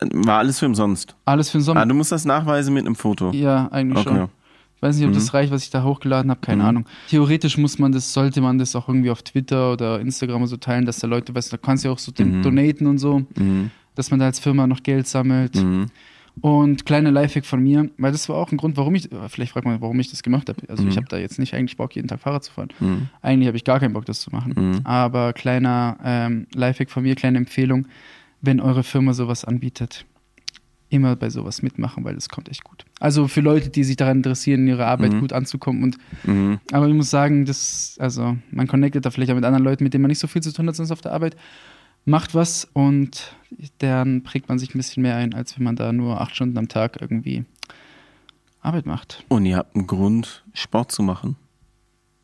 Speaker 3: Äh, War alles für umsonst.
Speaker 2: Alles für den Sommer.
Speaker 3: Ah, du musst das nachweisen mit einem Foto.
Speaker 2: Ja, eigentlich
Speaker 3: Okay.
Speaker 2: schon. Ich weiß nicht, ob
Speaker 3: Mhm.
Speaker 2: das reicht, was ich da hochgeladen habe, keine
Speaker 3: Mhm.
Speaker 2: Ahnung. Theoretisch muss man das, sollte man das auch irgendwie auf Twitter oder Instagram oder so teilen, dass da Leute, weißt du, da kannst du ja auch so
Speaker 3: Mhm.
Speaker 2: mhm. donaten und so,
Speaker 3: Mhm.
Speaker 2: dass man da als Firma noch Geld sammelt.
Speaker 3: Mhm.
Speaker 2: Und kleiner Lifehack von mir, weil das war auch ein Grund, warum ich, vielleicht fragt man, warum ich das gemacht habe. Also
Speaker 3: Mhm.
Speaker 2: ich habe da jetzt nicht eigentlich Bock, jeden Tag Fahrrad zu fahren.
Speaker 3: Mhm.
Speaker 2: Eigentlich habe ich gar keinen Bock, das zu machen.
Speaker 3: Mhm.
Speaker 2: Aber kleiner ähm, Lifehack von mir, kleine Empfehlung, wenn eure Firma sowas anbietet, immer bei sowas mitmachen, weil das kommt echt gut. Also für Leute, die sich daran interessieren, ihre Arbeit
Speaker 3: Mhm.
Speaker 2: gut anzukommen. Und,
Speaker 3: Mhm.
Speaker 2: aber ich muss sagen, das, also man connectet da vielleicht auch mit anderen Leuten, mit denen man nicht so viel zu tun hat sonst auf der Arbeit. Macht was und dann prägt man sich ein bisschen mehr ein, als wenn man da nur acht Stunden am Tag irgendwie Arbeit macht.
Speaker 3: Und ihr habt einen Grund, Sport zu machen.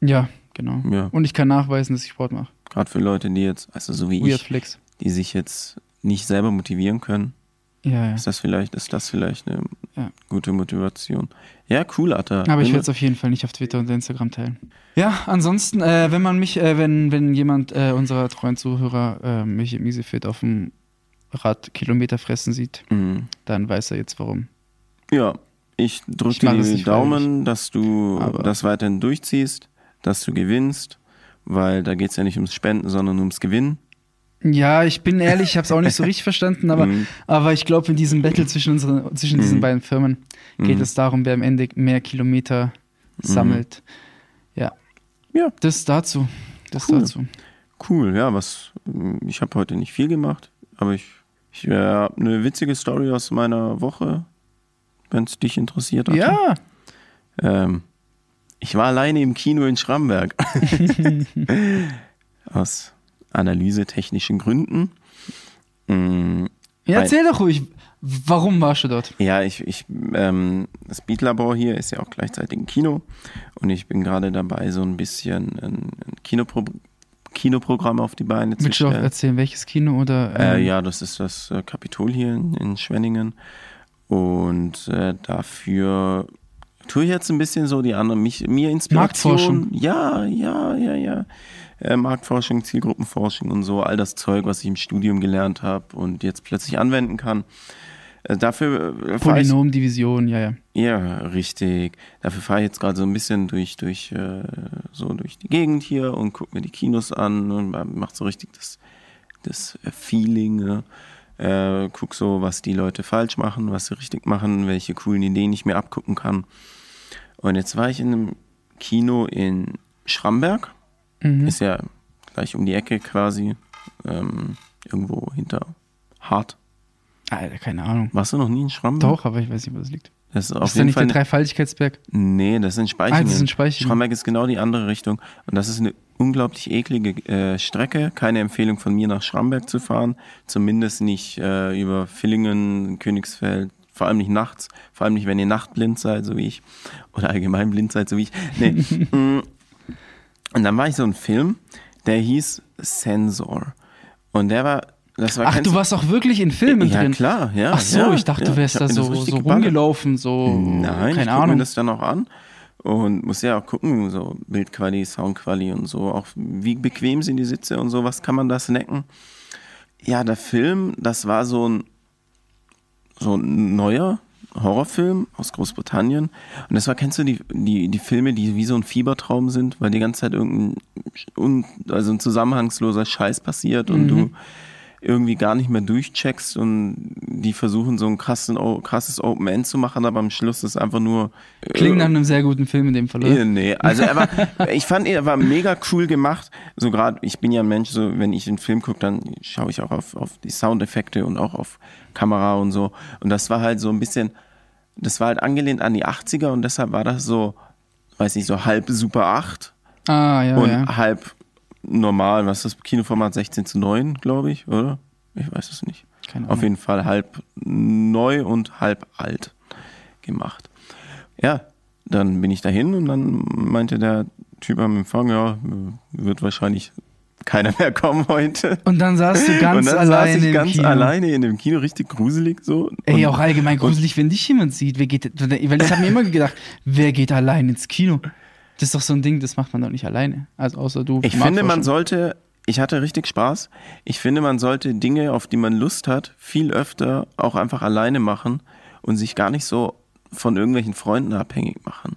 Speaker 2: Ja, genau.
Speaker 3: Ja,
Speaker 2: Und ich kann nachweisen, dass ich Sport mache.
Speaker 3: gerade für Leute, die jetzt, also so wie
Speaker 2: Weird
Speaker 3: ich,
Speaker 2: Flex.
Speaker 3: die sich jetzt nicht selber motivieren können,
Speaker 2: Ja, ja.
Speaker 3: ist das vielleicht, ist das vielleicht eine
Speaker 2: Ja.
Speaker 3: gute Motivation. Ja, cool, Atta.
Speaker 2: Aber ich
Speaker 3: Bin-
Speaker 2: werde es auf jeden Fall nicht auf Twitter und Instagram teilen. Ja, ansonsten, äh, wenn man mich, äh, wenn, wenn jemand äh, unserer treuen Zuhörer äh, mich im Easyfit auf dem Rad Kilometer fressen sieht,
Speaker 3: Mhm.
Speaker 2: dann weiß er jetzt warum.
Speaker 3: Ja, ich
Speaker 2: Ich
Speaker 3: drücke
Speaker 2: mag
Speaker 3: dir
Speaker 2: es
Speaker 3: die
Speaker 2: nicht
Speaker 3: Daumen, dass du
Speaker 2: Aber-
Speaker 3: das weiterhin durchziehst, dass du gewinnst, weil da geht es ja nicht ums Spenden, sondern ums Gewinnen.
Speaker 2: Ja, ich bin ehrlich, ich habe es auch nicht so richtig verstanden, aber,
Speaker 3: Mhm.
Speaker 2: aber ich glaube, in diesem Battle zwischen, unseren, zwischen diesen
Speaker 3: Mhm.
Speaker 2: beiden Firmen geht
Speaker 3: Mhm.
Speaker 2: es darum, wer am Ende mehr Kilometer sammelt. Ja.
Speaker 3: Ja.
Speaker 2: Das dazu. Das
Speaker 3: Cool.
Speaker 2: dazu.
Speaker 3: Cool, ja, was mh, ich habe heute nicht viel gemacht, aber ich, ich äh, habe eine witzige Story aus meiner Woche, wenn es dich interessiert. Atta.
Speaker 2: Ja.
Speaker 3: Ähm, ich war alleine im Kino
Speaker 2: [LAUGHS]
Speaker 3: in Schramberg. Aus analysetechnischen Gründen. Mm,
Speaker 2: ja. Erzähl doch ruhig, warum warst du dort?
Speaker 3: Ja, ich, ich ähm, das Beatlabor hier ist ja auch gleichzeitig ein Kino und ich bin gerade dabei, so ein bisschen ein, ein Kinopro Kinoprogramm auf die Beine zu
Speaker 2: Willst du auch
Speaker 3: stellen.
Speaker 2: erzählen, welches Kino oder?
Speaker 3: Äh,
Speaker 2: ähm,
Speaker 3: ja, das ist das äh, Kapitol hier in, in Schwenningen. Und äh, dafür tue ich jetzt ein bisschen so die anderen, mich, mir Inspiration.
Speaker 2: Marktforschung.
Speaker 3: Ja, ja, ja, ja. Äh, Marktforschung, Zielgruppenforschung und so, all das Zeug, was ich im Studium gelernt habe und jetzt plötzlich anwenden kann. Äh, dafür äh, fahr ich
Speaker 2: Polynomdivision, ja, ja.
Speaker 3: ja, richtig. Dafür fahre ich jetzt gerade so ein bisschen durch, durch, äh, so durch die Gegend hier und gucke mir die Kinos an und mache so richtig das, das äh, Feeling. Ne? Äh, guck so, was die Leute falsch machen, was sie richtig machen, welche coolen Ideen ich mir abgucken kann. Und jetzt war ich in einem Kino in Schramberg.
Speaker 2: Mhm.
Speaker 3: Ist ja gleich um die Ecke quasi. Ähm, irgendwo hinter Hart.
Speaker 2: Alter, keine Ahnung.
Speaker 3: Warst du noch nie in Schramberg?
Speaker 2: Doch, aber ich weiß nicht, wo das liegt.
Speaker 3: Das ist Mhm. auf
Speaker 2: ist da
Speaker 3: jeden
Speaker 2: nicht
Speaker 3: Fall
Speaker 2: der Dreifaltigkeitsberg?
Speaker 3: Nee, das sind Speichingen.
Speaker 2: Ah, das sind Speichingen.
Speaker 3: Schramberg ist genau die andere Richtung. Und das ist eine unglaublich eklige äh, Strecke. Keine Empfehlung von mir, nach Schramberg zu fahren. Zumindest nicht äh, über Villingen, Königsfeld. Vor allem nicht nachts. Vor allem nicht, wenn ihr nachtblind seid, so wie ich. Oder allgemein blind seid, so wie ich.
Speaker 2: [LAUGHS]
Speaker 3: Nee. Mm. Und dann war ich so ein Film, der hieß Sensor. Und der war, das war
Speaker 2: Ach,
Speaker 3: kennst
Speaker 2: du warst auch wirklich in Filmen
Speaker 3: ja,
Speaker 2: drin.
Speaker 3: klar, ja.
Speaker 2: Ach so,
Speaker 3: ja,
Speaker 2: ich dachte,
Speaker 3: ja.
Speaker 2: du wärst
Speaker 3: Ich hab
Speaker 2: da
Speaker 3: mir das
Speaker 2: so,
Speaker 3: richtig
Speaker 2: so
Speaker 3: geballert.
Speaker 2: rumgelaufen, so.
Speaker 3: Nein, ich
Speaker 2: keine
Speaker 3: gucke
Speaker 2: Ahnung.
Speaker 3: mir das dann auch an und muss ja auch gucken, so Bildquali, Soundquali und so, auch wie bequem sind die Sitze und so, was kann man da snacken. Ja, der Film, das war so ein, so ein neuer Horrorfilm aus Großbritannien. Und das war, kennst du die, die, die Filme, die wie so ein Fiebertraum sind,
Speaker 2: Mhm.
Speaker 3: weil die ganze Zeit irgendein un, also ein zusammenhangsloser Scheiß passiert und du irgendwie gar nicht mehr durchcheckst und die versuchen so ein krassen, O- krasses Open End zu machen, aber am Schluss ist einfach nur
Speaker 2: Klingt nach ne? einem sehr guten Film in dem Fall. Oder?
Speaker 3: Äh, Nee, also er war,
Speaker 2: [LAUGHS]
Speaker 3: ich fand, er war mega cool gemacht. So gerade, ich bin ja ein Mensch, so wenn ich einen Film gucke, dann schaue ich auch auf, auf die Soundeffekte und auch auf Kamera und so. Und das war halt so ein bisschen, das war halt angelehnt an die 80er und deshalb war das so, weiß nicht, so halb Super 8
Speaker 2: Ah, ja,
Speaker 3: und
Speaker 2: ja.
Speaker 3: halb normal. Was ist das Kinoformat 16 zu 9, glaube ich, oder? Ich weiß es nicht.
Speaker 2: Keine
Speaker 3: Auf
Speaker 2: Ahnung.
Speaker 3: jeden Fall halb neu und halb alt gemacht. Ja, dann bin ich dahin und dann meinte der Typ am Empfang, ja, wird wahrscheinlich keiner mehr kommen heute.
Speaker 2: Und dann saß du ganz
Speaker 3: [LAUGHS] und dann
Speaker 2: allein
Speaker 3: saß ich
Speaker 2: im
Speaker 3: ganz
Speaker 2: Kino.
Speaker 3: alleine in dem Kino, richtig gruselig so.
Speaker 2: Ey,
Speaker 3: Und-
Speaker 2: auch allgemein gruselig, wenn dich jemand sieht. Wer geht, weil ich habe mir immer gedacht, wer geht allein ins Kino? Das ist doch so ein Ding, das macht man doch nicht alleine. Also außer du.
Speaker 3: Ich
Speaker 2: Mark
Speaker 3: finde, man
Speaker 2: Forschung.
Speaker 3: sollte, ich hatte richtig Spaß. Ich finde, man sollte Dinge, auf die man Lust hat, viel öfter auch einfach alleine machen und sich gar nicht so von irgendwelchen Freunden abhängig machen.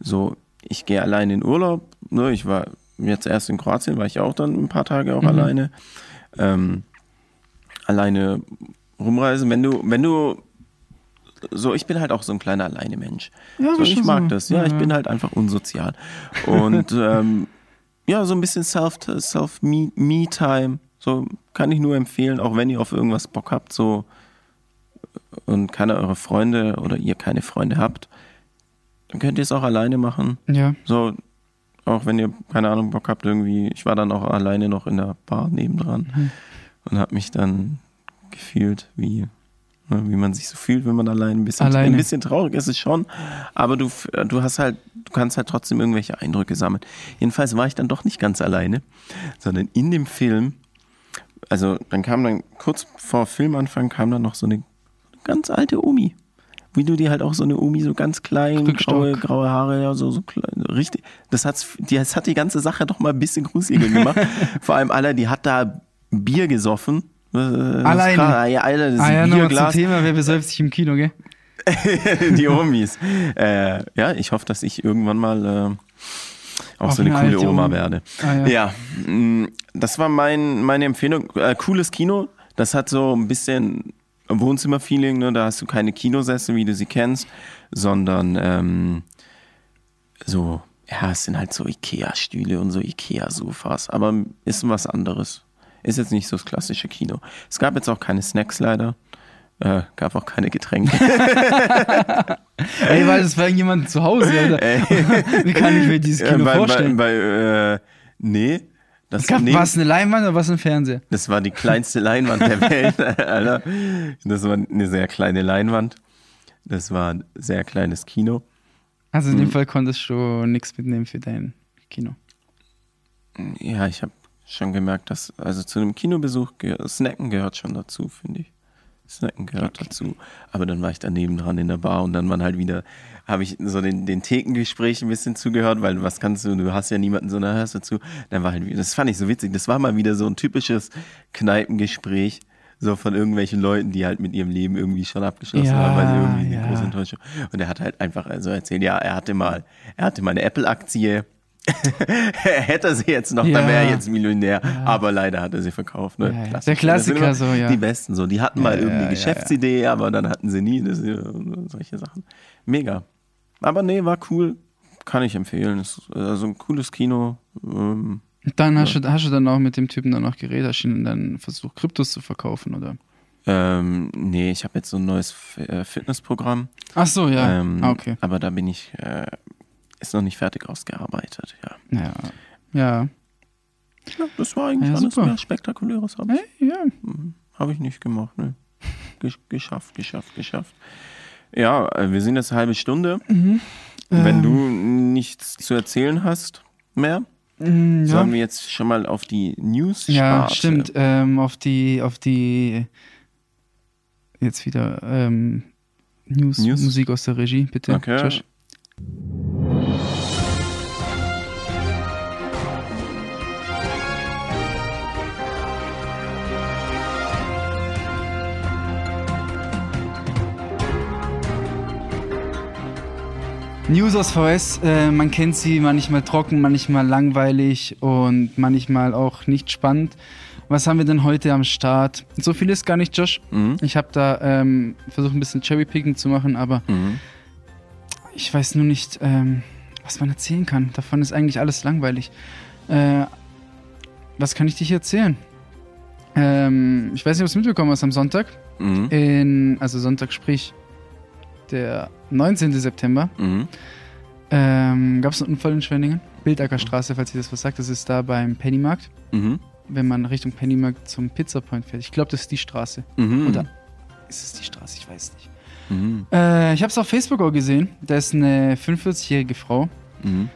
Speaker 3: So, ich gehe alleine in Urlaub. Ne, ich war jetzt erst in Kroatien, war ich auch dann ein paar Tage auch alleine. Ähm, alleine rumreisen. Wenn du, wenn du, so, ich bin halt auch so ein kleiner alleine Mensch.
Speaker 2: Ja,
Speaker 3: so,
Speaker 2: aber
Speaker 3: ich
Speaker 2: schon
Speaker 3: mag
Speaker 2: so.
Speaker 3: das. Ja,
Speaker 2: Ja,
Speaker 3: ich
Speaker 2: ja.
Speaker 3: bin halt einfach unsozial.
Speaker 2: [LAUGHS]
Speaker 3: Und ähm, ja, so ein bisschen Self-Me-Time. Self Me- Me-Time. so kann ich nur empfehlen, auch wenn ihr auf irgendwas Bock habt, so und keine eure Freunde oder ihr keine Freunde habt, dann könnt ihr es auch alleine machen.
Speaker 2: Ja.
Speaker 3: So, auch wenn ihr, keine Ahnung, Bock habt, irgendwie, ich war dann auch alleine noch in der Bar nebendran und habe mich dann gefühlt, wie, ne, wie man sich so fühlt, wenn man allein ein bisschen,
Speaker 2: Alleine.
Speaker 3: ein bisschen traurig ist es schon, aber du, f- du hast halt, du kannst halt trotzdem irgendwelche Eindrücke sammeln. Jedenfalls war ich dann doch nicht ganz alleine, sondern in dem Film, also dann kam dann kurz vor Filmanfang kam dann noch so eine ganz alte Omi. Wie du dir halt auch so eine Omi so ganz klein,
Speaker 2: Krückstock.
Speaker 3: graue, graue Haare, ja, so, so klein, so richtig. Das, hat's, die, das hat die ganze Sache doch mal ein bisschen gruseliger gemacht. Vor allem, Alter, die hat da Bier gesoffen. Äh,
Speaker 2: Alleine.
Speaker 3: Allein. Ja, Alter, das
Speaker 2: Ah ja, nochmal zum
Speaker 3: Bierglas
Speaker 2: Thema, wer besäuft sich im Kino, gell?
Speaker 3: [LAUGHS] die Omis. Äh, ja, ich hoffe, dass ich irgendwann mal äh, auch
Speaker 2: Auch
Speaker 3: so eine
Speaker 2: eine
Speaker 3: coole
Speaker 2: alte
Speaker 3: Oma
Speaker 2: Omi.
Speaker 3: werde.
Speaker 2: Ah, ja.
Speaker 3: ja, mm, das war mein, meine Empfehlung. Äh, cooles Kino, das hat so ein bisschen Wohnzimmerfeeling, ne? da hast du keine Kinosessel, wie du sie kennst, sondern ähm, so, ja, es sind halt so Ikea-Stühle und so Ikea-Sofas, aber ist was anderes. Ist jetzt nicht so das klassische Kino. Es gab jetzt auch keine Snacks leider, äh, gab auch keine Getränke.
Speaker 2: Ey, weil das war irgendjemand zu
Speaker 3: [LAUGHS]
Speaker 2: Hause, Alter. [LAUGHS] Wie kann ich mir dieses
Speaker 3: Äh, [LAUGHS]
Speaker 2: Kino
Speaker 3: bei,
Speaker 2: vorstellen?
Speaker 3: Bei, bei, äh, nee, das,
Speaker 2: Gab-
Speaker 3: nee,
Speaker 2: war es eine Leinwand oder war es ein Fernseher?
Speaker 3: das war die kleinste Leinwand der Welt, Alter. Das war eine sehr kleine Leinwand. Das war ein sehr kleines Kino.
Speaker 2: Also in dem Fall konntest du nichts mitnehmen für dein Kino.
Speaker 3: Ja, ich habe schon gemerkt, dass also zu einem Kinobesuch geh- Snacken gehört schon dazu, finde ich. Snacken gehört dazu. Aber dann war ich daneben dran in der Bar und dann waren halt wieder, habe ich so den, den Thekengespräch ein bisschen zugehört, weil was kannst du, du hast ja niemanden, sondern hörst dazu. Dann war halt wieder, das fand ich so witzig, das war mal wieder so ein typisches Kneipengespräch. So von irgendwelchen Leuten, die halt mit ihrem Leben irgendwie schon abgeschlossen
Speaker 2: Ja,
Speaker 3: haben, weil sie irgendwie eine
Speaker 2: ja.
Speaker 3: große Enttäuschung. Und er hat halt einfach so erzählt, ja, er hatte mal, er hatte mal eine Apple-Aktie. [LAUGHS] Hätte er sie jetzt noch,
Speaker 2: Ja.
Speaker 3: dann wäre er jetzt Millionär. Aber leider hat er sie verkauft. Ne?
Speaker 2: Ja, ja.
Speaker 3: Klassiker.
Speaker 2: Der Klassiker,
Speaker 3: Das sind immer
Speaker 2: so, ja.
Speaker 3: Die besten so. Die hatten mal
Speaker 2: ja,
Speaker 3: irgendeine
Speaker 2: ja,
Speaker 3: Geschäftsidee, aber dann hatten sie nie das, äh, solche Sachen. Mega. Aber nee, war cool. Kann ich empfehlen. Ist also ein cooles Kino. Ähm,
Speaker 2: Und dann hast, du, hast du dann auch mit dem Typen dann auch geredet, hast du ihn dann versucht, Kryptos zu verkaufen, oder?
Speaker 3: ähm, nee, ich habe jetzt so ein neues F- äh, Fitnessprogramm.
Speaker 2: Ach so, ja.
Speaker 3: Ähm,
Speaker 2: ah, okay.
Speaker 3: Aber da bin ich, äh, ist noch nicht fertig ausgearbeitet. Ja,
Speaker 2: Ja. Ja.
Speaker 3: ja das war eigentlich
Speaker 2: Ja,
Speaker 3: alles
Speaker 2: super.
Speaker 3: mehr Spektakuläres. Habe
Speaker 2: Hey, ja.
Speaker 3: Habe ich nicht gemacht, ne? Gesch- Geschafft, geschafft, geschafft. Ja, äh, wir sind jetzt eine halbe Stunde.
Speaker 2: Mhm.
Speaker 3: Wenn du nichts zu erzählen hast mehr,
Speaker 2: Mm, Ähm. ja.
Speaker 3: sollen wir jetzt schon mal auf die News
Speaker 2: Ja,
Speaker 3: Sparte.
Speaker 2: stimmt. Ähm, auf die, auf die jetzt wieder ähm, News,
Speaker 3: News?
Speaker 2: Musik aus der Regie, bitte.
Speaker 3: Okay.
Speaker 2: Josh. News aus VS, äh, man kennt sie manchmal trocken, manchmal langweilig und manchmal auch nicht spannend. Was haben wir denn heute am Start? So viel ist gar nicht, Josh.
Speaker 3: Mhm.
Speaker 2: Ich habe da ähm, versucht, ein bisschen Cherrypicking zu machen, aber
Speaker 3: Mhm.
Speaker 2: ich weiß nur nicht, ähm, was man erzählen kann. Davon ist eigentlich alles langweilig. Äh, was kann ich dir hier erzählen? Ähm, ich weiß nicht, ob du es mitbekommen hast am Sonntag.
Speaker 3: Mhm.
Speaker 2: In, also Sonntag, sprich der 19. September,
Speaker 3: Mhm.
Speaker 2: ähm, gab es einen Unfall in Schwenningen. Bildackerstraße, falls ihr das was sagt. Das ist da beim Pennymarkt.
Speaker 3: Mhm.
Speaker 2: Wenn man Richtung Pennymarkt zum Pizza Point fährt. Ich glaube, das ist die Straße.
Speaker 3: Mhm.
Speaker 2: Oder ist es die Straße? Ich weiß nicht.
Speaker 3: Mhm.
Speaker 2: Äh, ich habe es auf Facebook auch gesehen. Da ist eine 45-jährige Frau,
Speaker 3: Mhm.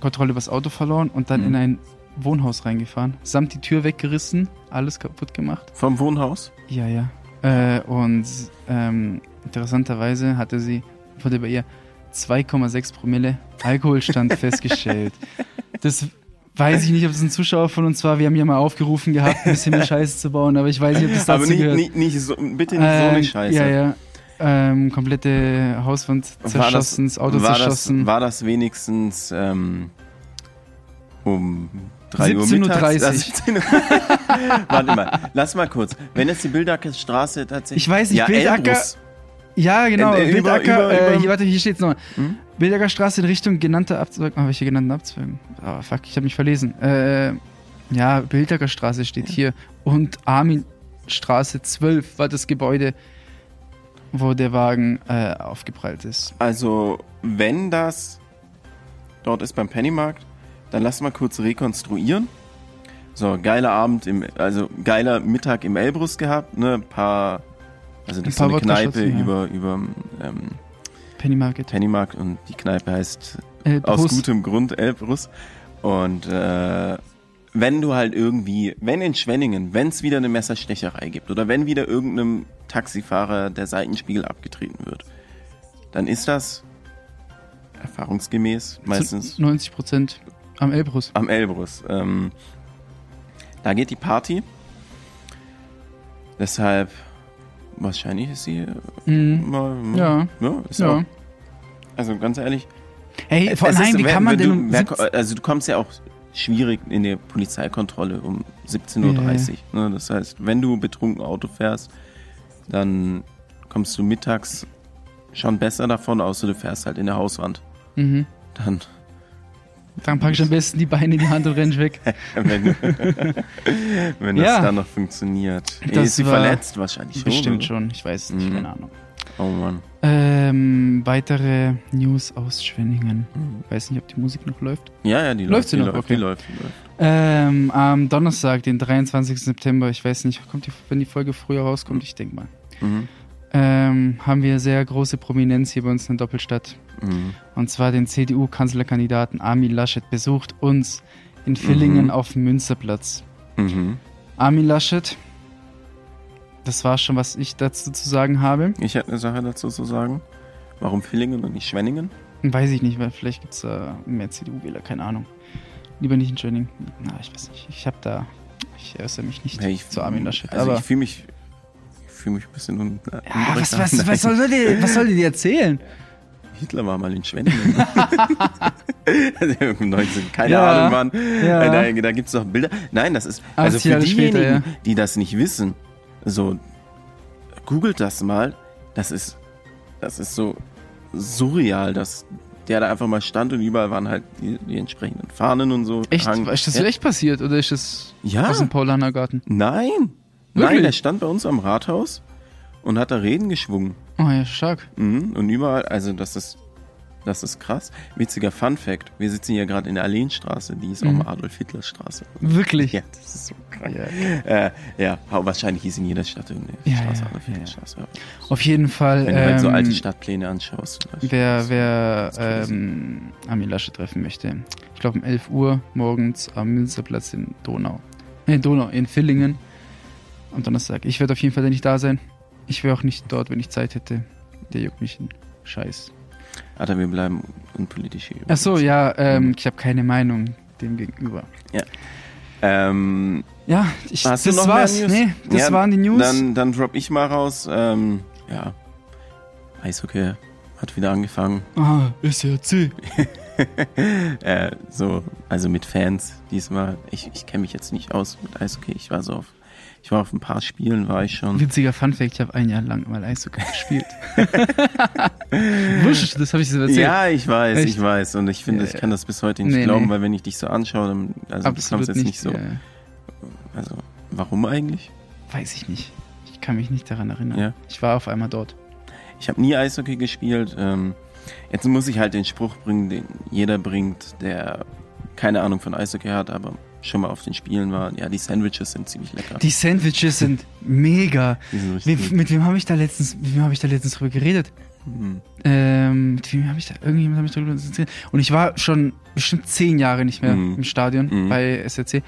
Speaker 2: Kontrolle übers Auto verloren und dann
Speaker 3: Mhm.
Speaker 2: in ein Wohnhaus reingefahren. Samt die Tür weggerissen, alles kaputt gemacht.
Speaker 3: Vom Wohnhaus?
Speaker 2: Ja, ja. Äh, und ähm, interessanterweise hatte sie, wurde bei ihr 2,6 Promille
Speaker 3: [LAUGHS]
Speaker 2: Alkoholstand festgestellt. Das weiß ich nicht, ob es ein Zuschauer von uns war. Wir haben ja mal aufgerufen gehabt, ein bisschen mehr Scheiße zu bauen, aber ich weiß nicht, ob das dazu
Speaker 3: Aber nicht,
Speaker 2: gehört.
Speaker 3: nicht, nicht so, bitte nicht so eine
Speaker 2: Ähm,
Speaker 3: Scheiße.
Speaker 2: Ja, ja. Ähm, komplette Hauswand zerschossen, das, Auto
Speaker 3: war
Speaker 2: zerschossen.
Speaker 3: Das, war das wenigstens ähm, um 3 Uhr
Speaker 2: 17.30 Uhr.
Speaker 3: [LAUGHS] mittags? Ah, 17 Uhr. Warte mal, lass mal kurz. Wenn jetzt die Bildacker-Straße tatsächlich...
Speaker 2: Ich weiß nicht,
Speaker 3: ja,
Speaker 2: Bildacker-
Speaker 3: Elbrus.
Speaker 2: ja, genau.
Speaker 3: äh, über-
Speaker 2: Bildacker,
Speaker 3: über-
Speaker 2: äh,
Speaker 3: über-
Speaker 2: hier, warte, hier steht's nochmal.
Speaker 3: Hm?
Speaker 2: Bildacker Straße in Richtung genannter Abzweigung. Ah, welche genannten Abzweigungen? Ah, fuck, ich habe mich verlesen. Äh, ja, Bildacker Straße steht hier. Und Arminstraße 12 war das Gebäude, wo der Wagen äh, aufgeprallt ist.
Speaker 3: Also, wenn das dort ist beim Pennymarkt, dann lass mal kurz rekonstruieren. So, geiler Abend im, also geiler Mittag im Elbrus gehabt, ne, ein paar, also das ist so
Speaker 2: paar
Speaker 3: eine
Speaker 2: Wodka
Speaker 3: Kneipe
Speaker 2: Shots, ja.
Speaker 3: über, über, ähm,
Speaker 2: Penny Market.
Speaker 3: Pennymarkt und die Kneipe heißt
Speaker 2: Äh,
Speaker 3: aus
Speaker 2: Brust.
Speaker 3: gutem Grund Elbrus. Und äh, wenn du halt irgendwie, wenn in Schwenningen, wenn es wieder eine Messerstecherei gibt oder wenn wieder irgendeinem Taxifahrer der Seitenspiegel abgetreten wird, dann ist das erfahrungsgemäß meistens
Speaker 2: Zu 90 Prozent am Elbrus.
Speaker 3: am Elbrus. Ähm, da geht die Party. Deshalb, wahrscheinlich ist sie
Speaker 2: Mhm.
Speaker 3: immer.
Speaker 2: Ja.
Speaker 3: ja, ist
Speaker 2: Ja.
Speaker 3: Auch, also ganz ehrlich,
Speaker 2: Hey, vor
Speaker 3: Äh, es
Speaker 2: allem,
Speaker 3: ist,
Speaker 2: wie
Speaker 3: wer-
Speaker 2: kann man denn
Speaker 3: wer- du-
Speaker 2: um
Speaker 3: wer-
Speaker 2: 17
Speaker 3: Also du kommst ja auch schwierig in die Polizeikontrolle um 17.30 Uhr. Ne? Das heißt, wenn du betrunken Auto fährst, dann kommst du mittags schon besser davon, außer du fährst halt in der Hauswand.
Speaker 2: mhm.
Speaker 3: Dann, [LAUGHS]
Speaker 2: Dann pack ich am besten die Beine in die Hand und renn
Speaker 3: [LAUGHS]
Speaker 2: weg.
Speaker 3: wenn, du- [LAUGHS] wenn das
Speaker 2: Ja.
Speaker 3: dann noch funktioniert.
Speaker 2: Das
Speaker 3: ist sie
Speaker 2: war-
Speaker 3: verletzt wahrscheinlich schon.
Speaker 2: Bestimmt
Speaker 3: oder?
Speaker 2: schon, ich weiß es nicht,
Speaker 3: Mhm.
Speaker 2: keine Ahnung.
Speaker 3: Oh Mann.
Speaker 2: Ähm, weitere News aus Schwenningen.
Speaker 3: Mhm.
Speaker 2: Weiß nicht, ob die Musik noch läuft.
Speaker 3: Ja, ja, die
Speaker 2: Läuft
Speaker 3: läuft.
Speaker 2: sie
Speaker 3: die,
Speaker 2: noch?
Speaker 3: läuft
Speaker 2: Okay.
Speaker 3: die läuft, die läuft.
Speaker 2: Ähm, am Donnerstag, den 23. September, ich weiß nicht, kommt die, wenn die Folge früher rauskommt, ich denke mal,
Speaker 3: Mhm.
Speaker 2: ähm, haben wir sehr große Prominenz hier bei uns in der Doppelstadt.
Speaker 3: Mhm.
Speaker 2: Und zwar den CDU-Kanzlerkandidaten Armin Laschet besucht uns in Villingen
Speaker 3: Mhm.
Speaker 2: auf dem Münsterplatz.
Speaker 3: Mhm.
Speaker 2: Armin Laschet, das war schon, was ich dazu zu sagen habe.
Speaker 3: Ich hätte eine Sache dazu zu sagen. Warum Villingen und nicht Schwenningen?
Speaker 2: Weiß ich nicht, weil vielleicht gibt es da mehr CDU-Wähler, keine Ahnung. Lieber nicht in Schwenning. Na, ich weiß nicht. Ich habe da. Ich äußere mich nicht
Speaker 3: Hey, ich,
Speaker 2: zu Armin Laschet.
Speaker 3: Also
Speaker 2: aber
Speaker 3: ich fühle mich, ich fühl mich ein bisschen un
Speaker 2: ja, was,
Speaker 3: unbeugsamer.
Speaker 2: was,
Speaker 3: [LAUGHS]
Speaker 2: was,
Speaker 3: Nein,
Speaker 2: soll die, was soll die dir erzählen?
Speaker 3: Hitler war mal in Schwenningen. [LAUGHS] Also im 19. Keine
Speaker 2: Ja,
Speaker 3: Ahnung, Mann.
Speaker 2: ja.
Speaker 3: Äh, Da, da gibt es doch Bilder. Nein, das ist.
Speaker 2: 80
Speaker 3: Also für
Speaker 2: Jahre
Speaker 3: diejenigen,
Speaker 2: später,
Speaker 3: die das nicht wissen, so googelt das mal. Das ist, das ist so surreal, dass der da einfach mal stand und überall waren halt die, die entsprechenden Fahnen und so.
Speaker 2: Echt?
Speaker 3: Hang-
Speaker 2: Ist das
Speaker 3: ja,
Speaker 2: echt passiert oder ist das
Speaker 3: Ja.
Speaker 2: aus dem Paulaner Garten?
Speaker 3: Nein.
Speaker 2: Wirklich?
Speaker 3: Nein, der stand bei uns am Rathaus und hat da Reden geschwungen.
Speaker 2: Oh ja, stark.
Speaker 3: Mhm. Und überall, also das ist, das ist krass. Witziger Fun Fact, wir sitzen hier gerade in der Alleenstraße, die ist auch
Speaker 2: Mhm.
Speaker 3: mal Adolf-Hitler-Straße.
Speaker 2: Wirklich.
Speaker 3: Ja, das ist so krank.
Speaker 2: Ja.
Speaker 3: Äh, ja, hau- wahrscheinlich hieß in jeder Stadt irgendeine
Speaker 2: Ja,
Speaker 3: Straße,
Speaker 2: ja,
Speaker 3: Adolf-Hitler-Straße.
Speaker 2: Auf jeden Fall.
Speaker 3: Wenn du halt so
Speaker 2: ähm,
Speaker 3: alte Stadtpläne anschaust. zum Beispiel.
Speaker 2: Wer, wer
Speaker 3: Das ist
Speaker 2: ähm, Armin Laschet treffen möchte, ich glaube um 11 Uhr morgens am Münsterplatz in Donau. Nee, in Donau, in Villingen. Am Donnerstag. Ich werde auf jeden Fall nicht da sein. Ich wäre auch nicht dort, wenn ich Zeit hätte. Der juckt mich ein Scheiß.
Speaker 3: Alter, Ah, wir bleiben unpolitisch hier.
Speaker 2: Ach so, ja, ähm,
Speaker 3: Mhm.
Speaker 2: ich habe keine Meinung dem gegenüber.
Speaker 3: Ähm,
Speaker 2: Ja, ich,
Speaker 3: Hast
Speaker 2: das
Speaker 3: du noch
Speaker 2: war's.
Speaker 3: Mehr News?
Speaker 2: Nee, das
Speaker 3: Ja,
Speaker 2: waren die News.
Speaker 3: Dann, dann drop ich mal raus. Ähm, ja, Eishockey hat wieder angefangen.
Speaker 2: ah, ist ja C.
Speaker 3: äh, so, also mit Fans diesmal. Ich, ich kenne mich jetzt nicht aus mit Eishockey. Ich war so auf, ich war auf ein paar Spielen, war ich schon.
Speaker 2: Witziger Funfact, ich habe ein Jahr lang mal Eishockey
Speaker 3: [LAUGHS]
Speaker 2: gespielt. Wusch, das habe ich so erzählt.
Speaker 3: Ja, also ich weiß,
Speaker 2: Echt?
Speaker 3: ich weiß. Und ich finde,
Speaker 2: Ja,
Speaker 3: ich
Speaker 2: ja.
Speaker 3: kann das bis heute nicht
Speaker 2: Nee,
Speaker 3: glauben,
Speaker 2: nee.
Speaker 3: weil wenn ich dich so anschaue, dann also du kommst
Speaker 2: Absolut
Speaker 3: jetzt
Speaker 2: nicht.
Speaker 3: nicht, so.
Speaker 2: ja, ja.
Speaker 3: Also, warum eigentlich?
Speaker 2: weiß ich nicht. Ich kann mich nicht daran erinnern.
Speaker 3: Ja.
Speaker 2: Ich war auf einmal dort.
Speaker 3: Ich habe nie Eishockey gespielt. Ähm, jetzt muss ich halt den Spruch bringen, den jeder bringt, der keine Ahnung von Eishockey hat, aber schon mal auf den Spielen war. Ja, die Sandwiches sind ziemlich lecker.
Speaker 2: Die Sandwiches sind mega.
Speaker 3: Die sind
Speaker 2: Wie,
Speaker 3: richtig gut.
Speaker 2: mit wem habe ich da letztens, mit wem habe ich da letztens drüber geredet?
Speaker 3: Mhm.
Speaker 2: Ähm, mit wem habe ich da, irgendjemand habe ich drüber geredet. Und ich war schon bestimmt zehn Jahre nicht mehr
Speaker 3: Mhm.
Speaker 2: im Stadion
Speaker 3: Mhm.
Speaker 2: bei SRC.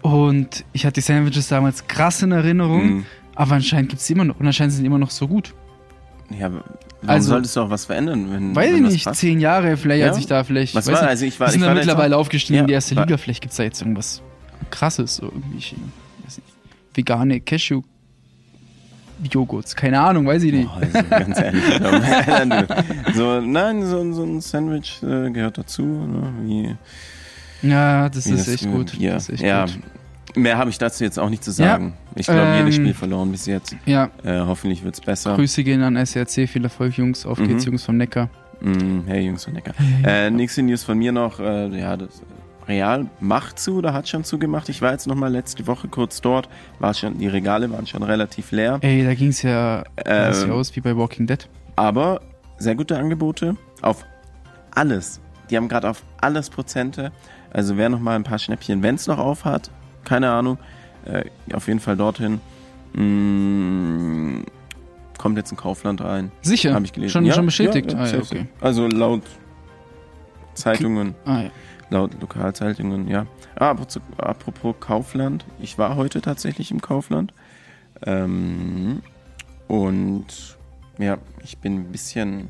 Speaker 2: Und ich hatte die Sandwiches damals krass in Erinnerung,
Speaker 3: Mhm.
Speaker 2: aber anscheinend gibt es die immer noch. Und anscheinend sind die immer noch so gut.
Speaker 3: Ja, aber warum
Speaker 2: Also-
Speaker 3: solltest du auch was verändern, wenn
Speaker 2: Weiß
Speaker 3: wenn
Speaker 2: ich
Speaker 3: was
Speaker 2: nicht,
Speaker 3: passt?
Speaker 2: zehn Jahre vielleicht,
Speaker 3: Ja.
Speaker 2: als ich da vielleicht.
Speaker 3: Was
Speaker 2: weiß
Speaker 3: war?
Speaker 2: nicht,
Speaker 3: Also ich war,
Speaker 2: wir
Speaker 3: ich
Speaker 2: sind
Speaker 3: war
Speaker 2: da
Speaker 3: da jetzt
Speaker 2: mittlerweile aufgestiegen
Speaker 3: Ja,
Speaker 2: in die erste
Speaker 3: war-
Speaker 2: Liga. Vielleicht gibt es da jetzt irgendwas Krasses, so irgendwie ich weiß nicht, vegane Cashew. Joghurts, keine Ahnung, weiß ich nicht.
Speaker 3: Boah, also ganz ehrlich, Tom. so, nein, so, ein- so ein Sandwich äh, gehört dazu. Ne? Wie,
Speaker 2: Ja, das
Speaker 3: wie
Speaker 2: ist echt gut.
Speaker 3: Ja,
Speaker 2: Das ist echt
Speaker 3: ja.
Speaker 2: gut.
Speaker 3: mehr habe ich dazu jetzt auch nicht zu sagen. Ich glaube,
Speaker 2: Ähm,
Speaker 3: jedes Spiel verloren bis jetzt.
Speaker 2: Ja,
Speaker 3: Äh, hoffentlich wird es besser.
Speaker 2: Grüße gehen an SRC, viel Erfolg, Jungs. Auf
Speaker 3: Mhm.
Speaker 2: geht's, Jungs vom Neckar.
Speaker 3: Mm, hey, Jungs und Necker. Äh, nächste News von mir noch. Äh, ja, das Real macht zu oder hat schon zugemacht. Ich war jetzt noch mal letzte Woche kurz dort. War schon, die Regale waren schon relativ leer.
Speaker 2: Ey, da ging's ja
Speaker 3: Ähm,
Speaker 2: sah ja aus wie bei Walking Dead.
Speaker 3: Aber sehr gute Angebote auf alles. Die haben gerade auf alles Prozente. Also wer noch mal ein paar Schnäppchen, wenn es noch auf hat, keine Ahnung, äh, auf jeden Fall dorthin. Mm, kommt jetzt in Kaufland rein.
Speaker 2: Sicher,
Speaker 3: Habe ich gelesen.
Speaker 2: Schon,
Speaker 3: Ja,
Speaker 2: schon bestätigt.
Speaker 3: ja, ja,
Speaker 2: ah, ja,
Speaker 3: safe,
Speaker 2: okay.
Speaker 3: safe. Also laut Zeitungen,
Speaker 2: Ah, ja.
Speaker 3: laut Lokalzeitungen, ja. Ah, apropos- apropos Kaufland, ich war heute tatsächlich im Kaufland. Ähm, und ja, ich bin ein bisschen,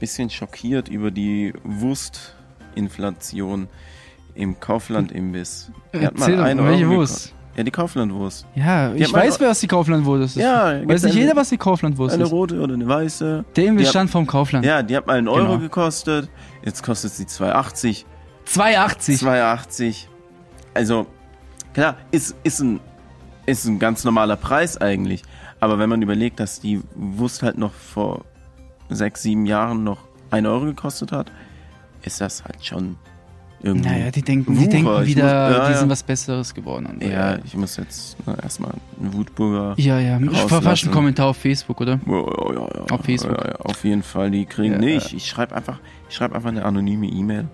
Speaker 3: bisschen schockiert über die Wurstinflation im Kaufland-Imbiss. Er hat mal
Speaker 2: Hm. Erzähl
Speaker 3: einen
Speaker 2: doch,
Speaker 3: Euro
Speaker 2: welche
Speaker 3: geko-
Speaker 2: Wurst?
Speaker 3: Ja, die Kauflandwurst.
Speaker 2: Ja, ich
Speaker 3: hat mal-
Speaker 2: weiß, wer aus die Kauflandwurst ist.
Speaker 3: Ja,
Speaker 2: weiß
Speaker 3: gibt's
Speaker 2: nicht
Speaker 3: eine-
Speaker 2: jeder, was die Kauflandwurst
Speaker 3: Eine
Speaker 2: ist.
Speaker 3: rote oder eine weiße.
Speaker 2: Der Imbiss
Speaker 3: Ja.
Speaker 2: stand vorm Kaufland.
Speaker 3: Ja, die hat mal einen Euro
Speaker 2: Genau.
Speaker 3: gekostet. Jetzt kostet sie 2,80.
Speaker 2: 2,80.
Speaker 3: 2,80. Also, klar, ist, ist, ein, ist ein ganz normaler Preis eigentlich. Aber wenn man überlegt, dass die Wurst halt noch vor sechs, sieben Jahren noch 1 Euro gekostet hat, ist das halt schon irgendwie.
Speaker 2: Naja, die denken,
Speaker 3: Wucher.
Speaker 2: die denken
Speaker 3: Ich
Speaker 2: wieder,
Speaker 3: muss- ja,
Speaker 2: die
Speaker 3: ja.
Speaker 2: sind was Besseres geworden. Und,
Speaker 3: ja, ich muss jetzt na, erstmal einen Wutburger.
Speaker 2: ja, ja. Ich war fast
Speaker 3: Rauslassen.
Speaker 2: ein Kommentar auf Facebook, oder?
Speaker 3: Ja, ja, ja, ja.
Speaker 2: Auf Facebook.
Speaker 3: Ja, ja, auf jeden Fall, die kriegen.
Speaker 2: Ja.
Speaker 3: Nee, ich, ich schreibe einfach, ich schreib einfach eine anonyme E-Mail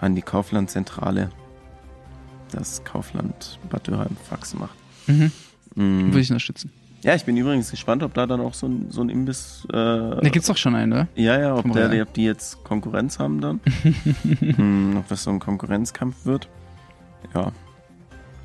Speaker 3: an die Kauflandzentrale, das Kaufland Bad Dürheim Fax macht.
Speaker 2: Mhm.
Speaker 3: Mhm.
Speaker 2: Würde ich unterstützen.
Speaker 3: Ja, ich bin übrigens gespannt, ob da dann auch so ein, so ein Imbiss. Äh,
Speaker 2: Da gibt's doch schon einen, oder?
Speaker 3: ja, ja, ob,
Speaker 2: Komm
Speaker 3: der,
Speaker 2: rein.
Speaker 3: ob die jetzt Konkurrenz
Speaker 2: [LAUGHS]
Speaker 3: haben dann. hm, ob das so ein Konkurrenzkampf wird. Ja.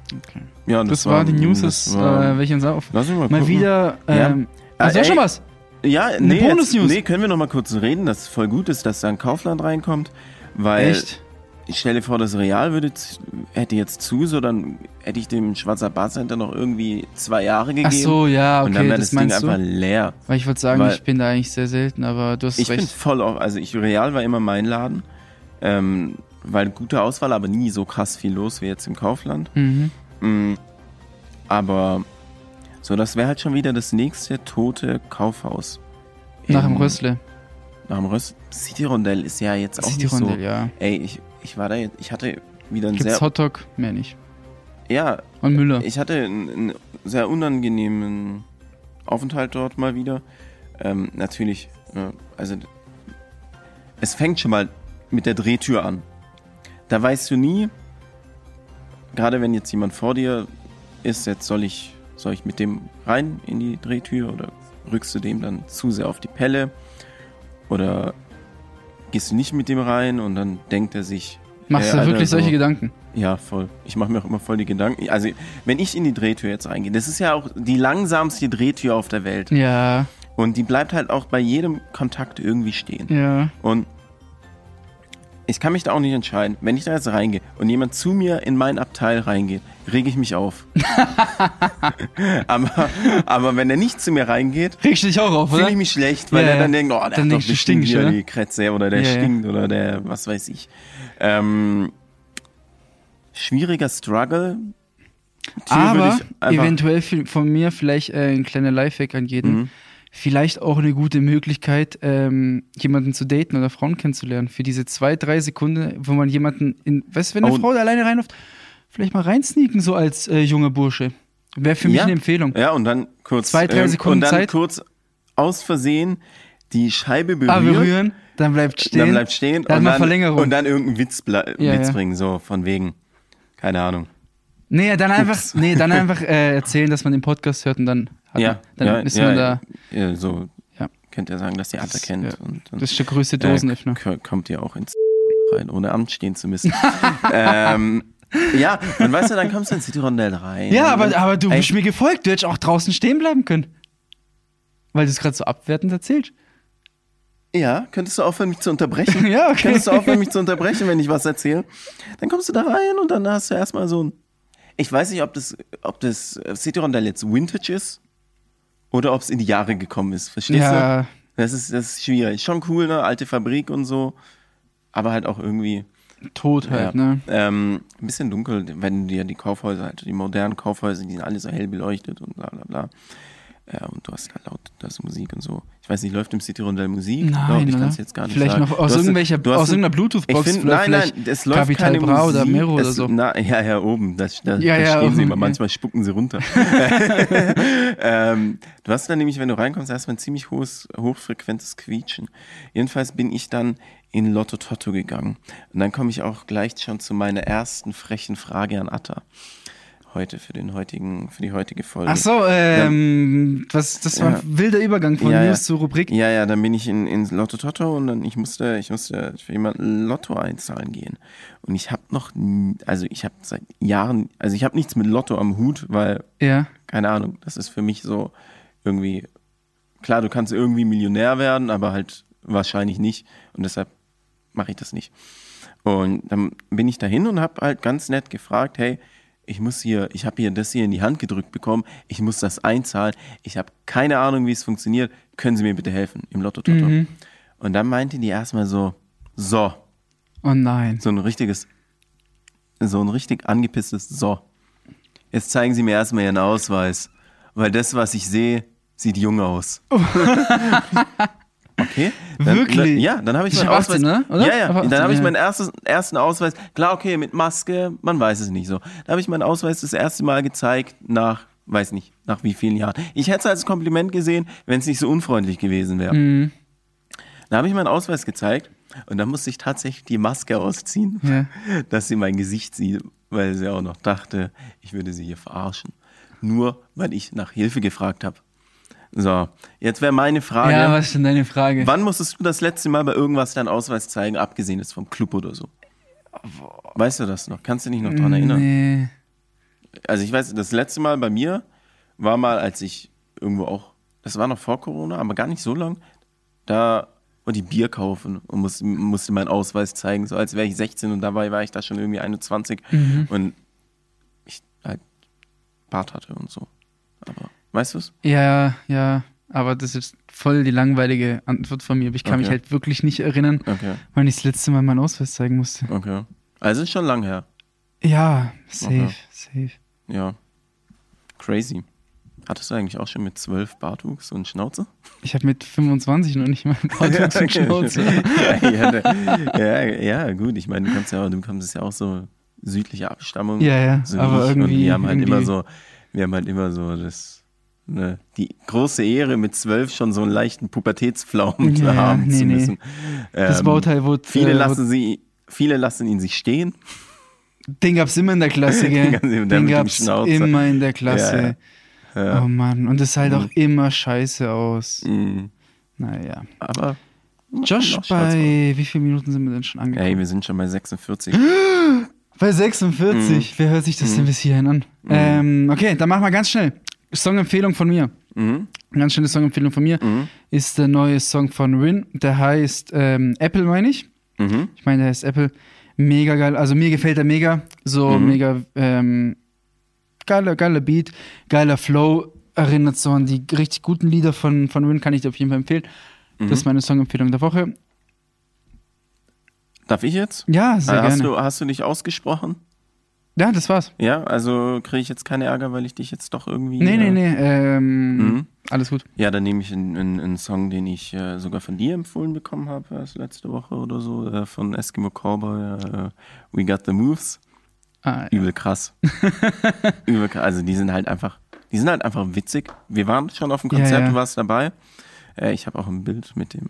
Speaker 2: Okay.
Speaker 3: ja
Speaker 2: Das, war die News, das,
Speaker 3: das war-
Speaker 2: äh, welche uns auf.
Speaker 3: lass mich mal,
Speaker 2: Mal
Speaker 3: gucken.
Speaker 2: wieder.
Speaker 3: Ja.
Speaker 2: Ähm,
Speaker 3: Ah,
Speaker 2: Hast du auch
Speaker 3: ey.
Speaker 2: schon was?
Speaker 3: Ja, nee, jetzt,
Speaker 2: Bonus-News.
Speaker 3: nee, können wir noch mal kurz reden, dass es voll gut ist, dass da ein Kaufland reinkommt. Weil
Speaker 2: Echt?
Speaker 3: ich stelle vor, das Real würde, z- hätte jetzt zu, so dann hätte ich dem Schwarzer Bar Center noch irgendwie zwei Jahre gegeben.
Speaker 2: Ach so, ja,
Speaker 3: äh, und dann
Speaker 2: okay,
Speaker 3: wäre
Speaker 2: das
Speaker 3: das Ding
Speaker 2: meinst
Speaker 3: einfach
Speaker 2: du.
Speaker 3: leer.
Speaker 2: Weil ich wollte sagen,
Speaker 3: weil-
Speaker 2: ich bin da eigentlich sehr selten, aber du hast
Speaker 3: Ich bin
Speaker 2: recht.
Speaker 3: voll auf, also ich, Real war immer mein Laden, ähm, weil gute Auswahl, aber nie so krass viel los wie jetzt im Kaufland.
Speaker 2: Mhm.
Speaker 3: Mm, aber so, das wäre halt schon wieder das nächste tote Kaufhaus.
Speaker 2: Nach
Speaker 3: In-
Speaker 2: dem Rössle.
Speaker 3: Nach dem Röst. City Rondell ist ja jetzt auch
Speaker 2: City
Speaker 3: nicht
Speaker 2: Rondell,
Speaker 3: so.
Speaker 2: ja.
Speaker 3: Ey, ich, ich war da jetzt, ich hatte wieder ein
Speaker 2: Gibt's
Speaker 3: sehr,
Speaker 2: Hotdog? Mehr nicht.
Speaker 3: ja,
Speaker 2: Und Müller.
Speaker 3: ich hatte einen, einen sehr unangenehmen Aufenthalt dort mal wieder. Ähm, natürlich, ne, also es fängt schon mal mit der Drehtür an. Da weißt du nie, gerade wenn jetzt jemand vor dir ist, jetzt soll ich, soll ich mit dem rein in die Drehtür oder rückst du dem dann zu sehr auf die Pelle oder gehst du nicht mit dem rein und dann denkt er sich.
Speaker 2: Machst
Speaker 3: äh,
Speaker 2: du
Speaker 3: Alter,
Speaker 2: wirklich solche
Speaker 3: so-
Speaker 2: Gedanken?
Speaker 3: ja, voll. Ich mache mir auch immer voll die Gedanken. Also, wenn ich in die Drehtür jetzt reingehe, das ist ja auch die langsamste Drehtür auf der Welt.
Speaker 2: Ja,
Speaker 3: Und die bleibt halt auch bei jedem Kontakt irgendwie stehen.
Speaker 2: ja.
Speaker 3: Und ich kann mich da auch nicht entscheiden. Wenn ich da jetzt reingehe und jemand zu mir in meinen Abteil reingeht, rege ich mich auf. [LAUGHS] aber, aber wenn er nicht zu mir reingeht,
Speaker 2: Regst du dich auch auf,
Speaker 3: fühle
Speaker 2: oder?
Speaker 3: ich mich schlecht, weil
Speaker 2: Ja,
Speaker 3: er
Speaker 2: ja.
Speaker 3: dann denkt, oh, der
Speaker 2: Dann
Speaker 3: hat doch
Speaker 2: denkst du,
Speaker 3: bestimmt
Speaker 2: stinkst,
Speaker 3: wieder
Speaker 2: oder?
Speaker 3: die Kretze oder der
Speaker 2: Ja, ja.
Speaker 3: stinkt oder der was weiß ich. Ähm, schwieriger Struggle. Hier würde
Speaker 2: Aber
Speaker 3: ich einfach-
Speaker 2: eventuell viel- von mir vielleicht äh, ein kleiner Lifehack an jeden.
Speaker 3: Mhm.
Speaker 2: Vielleicht auch eine gute Möglichkeit, ähm, jemanden zu daten oder Frauen kennenzulernen. Für diese zwei, drei Sekunden, wo man jemanden in, weißt du, wenn eine
Speaker 3: Oh.
Speaker 2: Frau da alleine reinruft, vielleicht mal reinsneaken, so als äh, junger Bursche. Wäre für mich
Speaker 3: Ja. Äh,
Speaker 2: eine Empfehlung.
Speaker 3: Ja, und dann kurz.
Speaker 2: Zwei, drei
Speaker 3: ähm,
Speaker 2: Sekunden
Speaker 3: Und dann
Speaker 2: Zeit.
Speaker 3: kurz aus Versehen die Scheibe berühren.
Speaker 2: Ah, wir rühren, dann bleibt stehen.
Speaker 3: Dann bleibt stehen
Speaker 2: Dann
Speaker 3: und,
Speaker 2: mal
Speaker 3: dann,
Speaker 2: Verlängerung.
Speaker 3: und dann irgendeinen Witz, blei-
Speaker 2: Ja,
Speaker 3: Witz
Speaker 2: ja.
Speaker 3: bringen, so von wegen. Keine Ahnung.
Speaker 2: Nee, dann einfach, nee,
Speaker 3: [LAUGHS]
Speaker 2: dann einfach äh, erzählen, dass man den Podcast hört und dann, hat
Speaker 3: ja,
Speaker 2: man, dann
Speaker 3: ja,
Speaker 2: ist
Speaker 3: ja,
Speaker 2: man da.
Speaker 3: Ja, so
Speaker 2: Ja.
Speaker 3: könnt ihr sagen, dass ihr
Speaker 2: Das-
Speaker 3: alle kennt.
Speaker 2: ja.
Speaker 3: Und, und,
Speaker 2: Das ist der größte Dosenöffner.
Speaker 3: Äh, k- kommt ihr auch ins [LAUGHS] rein, ohne Amt stehen zu müssen. [LAUGHS] ähm, ja, und weißt du, dann kommst du ins Rondell rein.
Speaker 2: Ja,
Speaker 3: Und-
Speaker 2: aber, aber du
Speaker 3: Mhm. Ey,
Speaker 2: bist mir gefolgt. Du hättest auch draußen stehen bleiben können. Weil du es gerade so abwertend erzählst.
Speaker 3: Ja, könntest du aufhören, mich zu
Speaker 2: [LAUGHS]
Speaker 3: unterbrechen?
Speaker 2: Ja, okay.
Speaker 3: Könntest du aufhören, mich zu unterbrechen, wenn ich was erzähle? Dann kommst du da rein und dann hast du erstmal so ein. Ich weiß nicht, ob das, ob das City Rondell jetzt Vintage ist oder ob es in die Jahre gekommen ist. Verstehst
Speaker 2: Ja.
Speaker 3: du? Das ist, das ist schwierig. Schon cool, ne? Alte Fabrik und so. Aber halt auch irgendwie.
Speaker 2: Tot halt,
Speaker 3: ja,
Speaker 2: ne?
Speaker 3: ähm, ein bisschen dunkel, wenn dir die Kaufhäuser, halt, die modernen Kaufhäuser, die sind alle so hell beleuchtet und bla bla bla. Äh, und du hast da laut das Musik und so. Ich weiß nicht, läuft im City Rondell Musik?
Speaker 2: Nein,
Speaker 3: ich
Speaker 2: oder?
Speaker 3: kann's jetzt gar nicht
Speaker 2: Vielleicht
Speaker 3: sagen.
Speaker 2: noch aus
Speaker 3: Du hast-
Speaker 2: irgendwelcher-
Speaker 3: du hast-
Speaker 2: aus irgendeiner Bluetooth-Box
Speaker 3: Ich find-
Speaker 2: oder
Speaker 3: Nein, nein,
Speaker 2: vielleicht
Speaker 3: es läuft
Speaker 2: Capital
Speaker 3: keine
Speaker 2: Bra
Speaker 3: Musik.
Speaker 2: oder Mero oder
Speaker 3: es,
Speaker 2: so.
Speaker 3: Na, ja, ja, oben. Da, da,
Speaker 2: Ja,
Speaker 3: da
Speaker 2: ja,
Speaker 3: stehen sie
Speaker 2: oben,
Speaker 3: immer.
Speaker 2: ja.
Speaker 3: Manchmal spucken
Speaker 2: [LAUGHS]
Speaker 3: sie runter. ähm, du hast dann nämlich, wenn du reinkommst, erstmal ein ziemlich hohes, hochfrequentes Quietschen. Jedenfalls bin ich dann in Lotto Totto gegangen. Und dann komme ich auch gleich schon zu meiner ersten frechen Frage an Atta. Heute für den heutigen, für die heutige Folge.
Speaker 2: Ach so, ähm, was, das war
Speaker 3: Ja.
Speaker 2: ein wilder Übergang von
Speaker 3: Ja, ja.
Speaker 2: News zur Rubrik.
Speaker 3: Ja, ja, dann bin ich in, ins Lotto Totto und dann ich musste, ich musste für jemanden Lotto einzahlen gehen. Und ich habe noch, n- also ich habe seit Jahren, also ich habe nichts mit Lotto am Hut, weil,
Speaker 2: Ja.
Speaker 3: keine Ahnung, das ist für mich so irgendwie, klar, du kannst irgendwie Millionär werden, aber halt wahrscheinlich nicht. Und deshalb mache ich das nicht. Und dann bin ich dahin und habe halt ganz nett gefragt, hey, ich muss hier, ich habe hier das hier in die Hand gedrückt bekommen, ich muss das einzahlen, ich habe keine Ahnung, wie es funktioniert, können Sie mir bitte helfen im Lotto Toto? Und dann meinte die erstmal so, so,
Speaker 2: Oh nein.
Speaker 3: so ein richtiges, so ein richtig angepisstes So. Jetzt zeigen Sie mir erstmal Ihren Ausweis, weil das, was ich sehe, sieht jung aus.
Speaker 2: Oh.
Speaker 3: [LAUGHS] okay. Dann,
Speaker 2: Wirklich?
Speaker 3: Dann, ja, dann habe ich
Speaker 2: Ich
Speaker 3: meinen
Speaker 2: hab
Speaker 3: Ausweis.
Speaker 2: 18, ne? Oder?
Speaker 3: Ja, ja.
Speaker 2: Aber
Speaker 3: Dann
Speaker 2: 18,
Speaker 3: habe ich
Speaker 2: ja.
Speaker 3: meinen erstes, ersten Ausweis. Klar, okay, mit Maske, man weiß es nicht so. Da habe ich meinen Ausweis das erste Mal gezeigt nach, weiß nicht, nach wie vielen Jahren. Ich hätte es als Kompliment gesehen, wenn es nicht so unfreundlich
Speaker 2: Hm.
Speaker 3: gewesen wäre. Da habe ich meinen Ausweis gezeigt und dann musste ich tatsächlich die Maske ausziehen,
Speaker 2: Ja.
Speaker 3: [LAUGHS] dass sie mein Gesicht sieht, weil sie auch noch dachte, ich würde sie hier verarschen. Nur weil ich nach Hilfe gefragt habe. So, jetzt wäre meine Frage,
Speaker 2: Ja, was ist denn deine Frage?
Speaker 3: wann musstest du das letzte Mal bei irgendwas deinen Ausweis zeigen, abgesehen jetzt vom Club oder so? Weißt du das noch? Kannst du dich noch
Speaker 2: Mm,
Speaker 3: dran erinnern?
Speaker 2: Nee.
Speaker 3: Also ich weiß, das letzte Mal bei mir war mal, als ich irgendwo auch, das war noch vor Corona, aber gar nicht so lang, da wollte ich Bier kaufen und musste, musste meinen Ausweis zeigen, so als wäre ich 16 und dabei war ich da schon irgendwie 21 und ich halt Bart hatte und so. Aber weißt du es?
Speaker 2: Ja, ja. Aber das ist voll die langweilige Antwort von mir. Aber ich kann
Speaker 3: Okay.
Speaker 2: mich halt wirklich nicht erinnern,
Speaker 3: Okay,
Speaker 2: wann ich das letzte Mal meinen Ausweis zeigen musste.
Speaker 3: okay. Also ist schon lang her.
Speaker 2: Ja, safe,
Speaker 3: Okay.
Speaker 2: safe.
Speaker 3: Ja. Crazy. Hattest du eigentlich auch schon mit 12 Bartwuchs und Schnauze?
Speaker 2: Ich habe mit 25 noch nicht mal einen
Speaker 3: [LAUGHS]
Speaker 2: Bartwuchs und Schnauze.
Speaker 3: ja, ja, da- ja, ja, gut, ich meine, du kommst ja, auch- du kommst ja auch so südliche Abstammung.
Speaker 2: Ja, ja,
Speaker 3: so wie
Speaker 2: aber
Speaker 3: ich. Und
Speaker 2: irgendwie-
Speaker 3: wir haben halt
Speaker 2: irgendwie-
Speaker 3: immer so, wir haben halt immer so das, ne, die große Ehre, mit zwölf schon so einen leichten Pubertätsflaum
Speaker 2: Ja,
Speaker 3: zu haben
Speaker 2: nee,
Speaker 3: zu
Speaker 2: nee.
Speaker 3: müssen.
Speaker 2: Das
Speaker 3: Ähm,
Speaker 2: Bauteil wurde.
Speaker 3: Viele
Speaker 2: äh,
Speaker 3: lassen sie, viele lassen ihn sich stehen.
Speaker 2: Den gab's immer in der Klasse, gell?
Speaker 3: [LAUGHS] Den gab's immer- der
Speaker 2: Den
Speaker 3: mit dem
Speaker 2: gab's
Speaker 3: Schnauzer.
Speaker 2: immer in der Klasse. Oh Mann, und es sah halt auch immer scheiße aus.
Speaker 3: Mhm.
Speaker 2: Naja.
Speaker 3: Aber
Speaker 2: Josh,
Speaker 3: noch stolz
Speaker 2: bei wie viele Minuten sind wir denn schon angekommen?
Speaker 3: ey, wir sind schon bei 46.
Speaker 2: Hm? Bei
Speaker 3: Mhm.
Speaker 2: 46. Wer hört sich das denn bis hierhin an? Ähm, okay, dann machen wir ganz schnell. Songempfehlung von mir.
Speaker 3: Mhm.
Speaker 2: Eine ganz schöne Songempfehlung von mir ist der neue Song von Rin. Der heißt ähm, Apple, meine ich.
Speaker 3: Mhm.
Speaker 2: Ich meine, der heißt Apple. Mega geil. Also mir gefällt er mega. So
Speaker 3: Mhm.
Speaker 2: mega ähm, geiler, geiler Beat, geiler Flow. Erinnert so an die richtig guten Lieder von, von Win, kann ich dir auf jeden Fall empfehlen.
Speaker 3: Mhm.
Speaker 2: Das ist meine Songempfehlung der Woche.
Speaker 3: Darf ich jetzt?
Speaker 2: Ja, sehr
Speaker 3: Äh, hast,
Speaker 2: gerne.
Speaker 3: du, hast du dich ausgesprochen?
Speaker 2: Ja, das war's.
Speaker 3: Ja, also kriege ich jetzt keinen Ärger, weil ich dich jetzt doch irgendwie.
Speaker 2: Nee,
Speaker 3: äh,
Speaker 2: nee, nee. Ähm,
Speaker 3: Mhm.
Speaker 2: Alles gut.
Speaker 3: Ja, dann nehme ich einen, einen, einen Song, den ich äh, sogar von dir empfohlen bekommen habe, erst letzte Woche oder so, äh, von Eskimo Cowboy, äh, We Got the Moves.
Speaker 2: Ah, ja. [LAUGHS]
Speaker 3: Übel krass. Übel krass. Also die sind halt einfach, die sind halt einfach witzig. Wir waren schon auf dem
Speaker 2: Ja,
Speaker 3: Konzert,
Speaker 2: ja.
Speaker 3: du warst dabei. Äh, ich habe auch ein Bild mit dem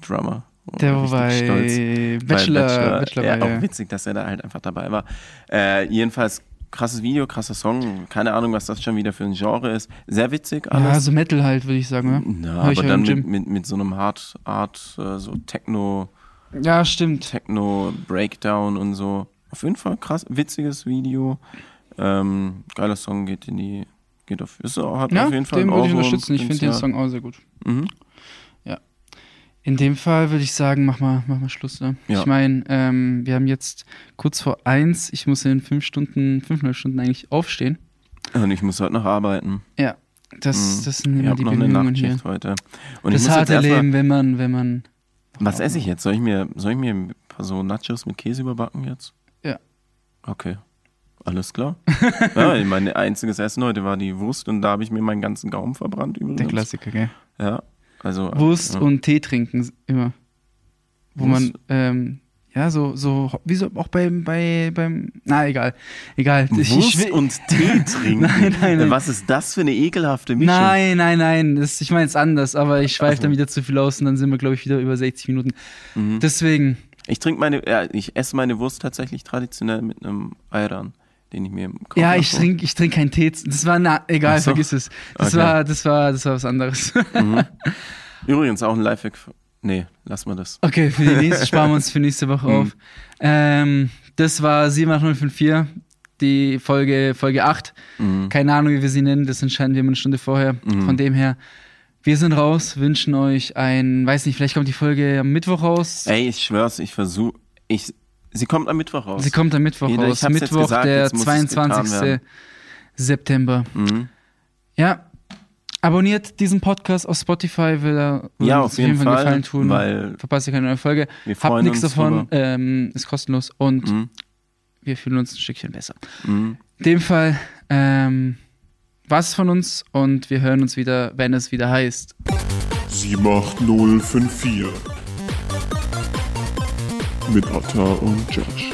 Speaker 3: Drummer.
Speaker 2: Der war
Speaker 3: Richtig
Speaker 2: bei Bachelor,
Speaker 3: bei
Speaker 2: Bachelor,
Speaker 3: ja,
Speaker 2: war,
Speaker 3: Auch witzig, dass er da halt einfach dabei war. Äh, jedenfalls krasses Video, krasser Song. Keine Ahnung, was das schon wieder für ein Genre ist. Sehr witzig alles.
Speaker 2: ja, so Metal halt, würde ich sagen. Ne?
Speaker 3: Na,
Speaker 2: Hör ich
Speaker 3: aber
Speaker 2: ja im
Speaker 3: dann mit,
Speaker 2: Gym.
Speaker 3: mit, mit so einem Hard Art, äh, so Techno,
Speaker 2: Ja, stimmt.
Speaker 3: Techno Breakdown und so. Auf jeden Fall krass, witziges Video. Ähm, geiler Song geht in die, geht auf, ist auch, hat
Speaker 2: Ja,
Speaker 3: auf jeden Fall
Speaker 2: den
Speaker 3: ein
Speaker 2: würde ich
Speaker 3: Ohrwurm-
Speaker 2: unterstützen. Ich finde den
Speaker 3: Potenzial.
Speaker 2: Song auch sehr gut.
Speaker 3: Mhm.
Speaker 2: In dem Fall würde ich sagen, mach mal, mach mal Schluss. Ne?
Speaker 3: Ja.
Speaker 2: Ich meine, ähm, wir haben jetzt kurz vor eins. Ich muss in fünf Stunden, fünfeinhalb Stunden eigentlich aufstehen.
Speaker 3: Und ich muss heute noch arbeiten.
Speaker 2: Ja, das,
Speaker 3: Mhm.
Speaker 2: das sind
Speaker 3: Ich
Speaker 2: immer
Speaker 3: habe
Speaker 2: die
Speaker 3: noch eine
Speaker 2: Bemühungen hier.
Speaker 3: Nachtschicht heute.
Speaker 2: das
Speaker 3: Und ich muss jetzt
Speaker 2: harte
Speaker 3: erstmal,
Speaker 2: Leben, wenn man, wenn man.
Speaker 3: was esse ich jetzt? Soll ich mir, soll ich mir ein paar so Nachos mit Käse überbacken jetzt?
Speaker 2: Ja.
Speaker 3: Okay. Alles klar. [LAUGHS] ja, mein einziges Essen heute war die Wurst und da habe ich mir meinen ganzen Gaumen verbrannt übrigens.
Speaker 2: Der Klassiker, gell?
Speaker 3: Ja, also.
Speaker 2: Wurst
Speaker 3: ja.
Speaker 2: und Tee trinken immer. Wo man,
Speaker 3: Wurst.
Speaker 2: ähm, ja, so, so, wie so, auch beim, bei, beim, na, egal. Egal. Ich- ich
Speaker 3: Wurst
Speaker 2: will-
Speaker 3: und
Speaker 2: [LAUGHS]
Speaker 3: Tee trinken.
Speaker 2: Nein, nein, nein.
Speaker 3: Was ist das für eine ekelhafte Mischung?
Speaker 2: Nein, nein, nein. Das, ich meine es anders, aber ich schweife dann wieder zu viel aus und dann sind wir, glaube ich, wieder über 60 Minuten.
Speaker 3: Mhm.
Speaker 2: Deswegen,
Speaker 3: Ich trinke meine, ja, ich esse meine Wurst tatsächlich traditionell mit einem Ayran, den ich mir im Kopf
Speaker 2: ja, ich trinke ich trink keinen Tee. Das war, na, egal,
Speaker 3: Ach so.
Speaker 2: vergiss es. Das,
Speaker 3: Okay.
Speaker 2: war, das, war, das war was anderes. [LAUGHS]
Speaker 3: Übrigens auch ein Lifehack. für- Nee, lass mal das.
Speaker 2: okay, für die nächste sparen wir uns für nächste
Speaker 3: Hm.
Speaker 2: Woche auf. Ähm, das war 78054, die Folge, Folge 8.
Speaker 3: Hm.
Speaker 2: Keine Ahnung, wie wir sie nennen. Das entscheiden wir immer eine Stunde vorher. Von dem her. Wir sind raus, wünschen euch ein, weiß nicht, vielleicht kommt die Folge am Mittwoch raus.
Speaker 3: Ey, ich schwör's, ich versuche. Ich, sie kommt am Mittwoch raus.
Speaker 2: Sie kommt am Mittwoch
Speaker 3: Ich
Speaker 2: raus.
Speaker 3: hab's jetzt
Speaker 2: Mittwoch,
Speaker 3: gesagt,
Speaker 2: der
Speaker 3: jetzt muss es getan
Speaker 2: 22.
Speaker 3: werden.
Speaker 2: September.
Speaker 3: Mhm.
Speaker 2: Ja. Abonniert diesen Podcast auf Spotify, will er will
Speaker 3: Ja,
Speaker 2: uns
Speaker 3: auf jeden Fall,
Speaker 2: Gefallen tun.
Speaker 3: weil
Speaker 2: Verpasst ihr keine neue Folge.
Speaker 3: wir
Speaker 2: Habt
Speaker 3: freuen
Speaker 2: nichts
Speaker 3: uns
Speaker 2: davon,
Speaker 3: drüber.
Speaker 2: ähm, ist kostenlos und
Speaker 3: Mhm.
Speaker 2: wir fühlen uns ein Stückchen besser.
Speaker 3: Mhm.
Speaker 2: In dem Fall ähm, war es von uns und wir hören uns wieder, wenn es wieder heißt.
Speaker 1: 78054. Mit Atta und Josh.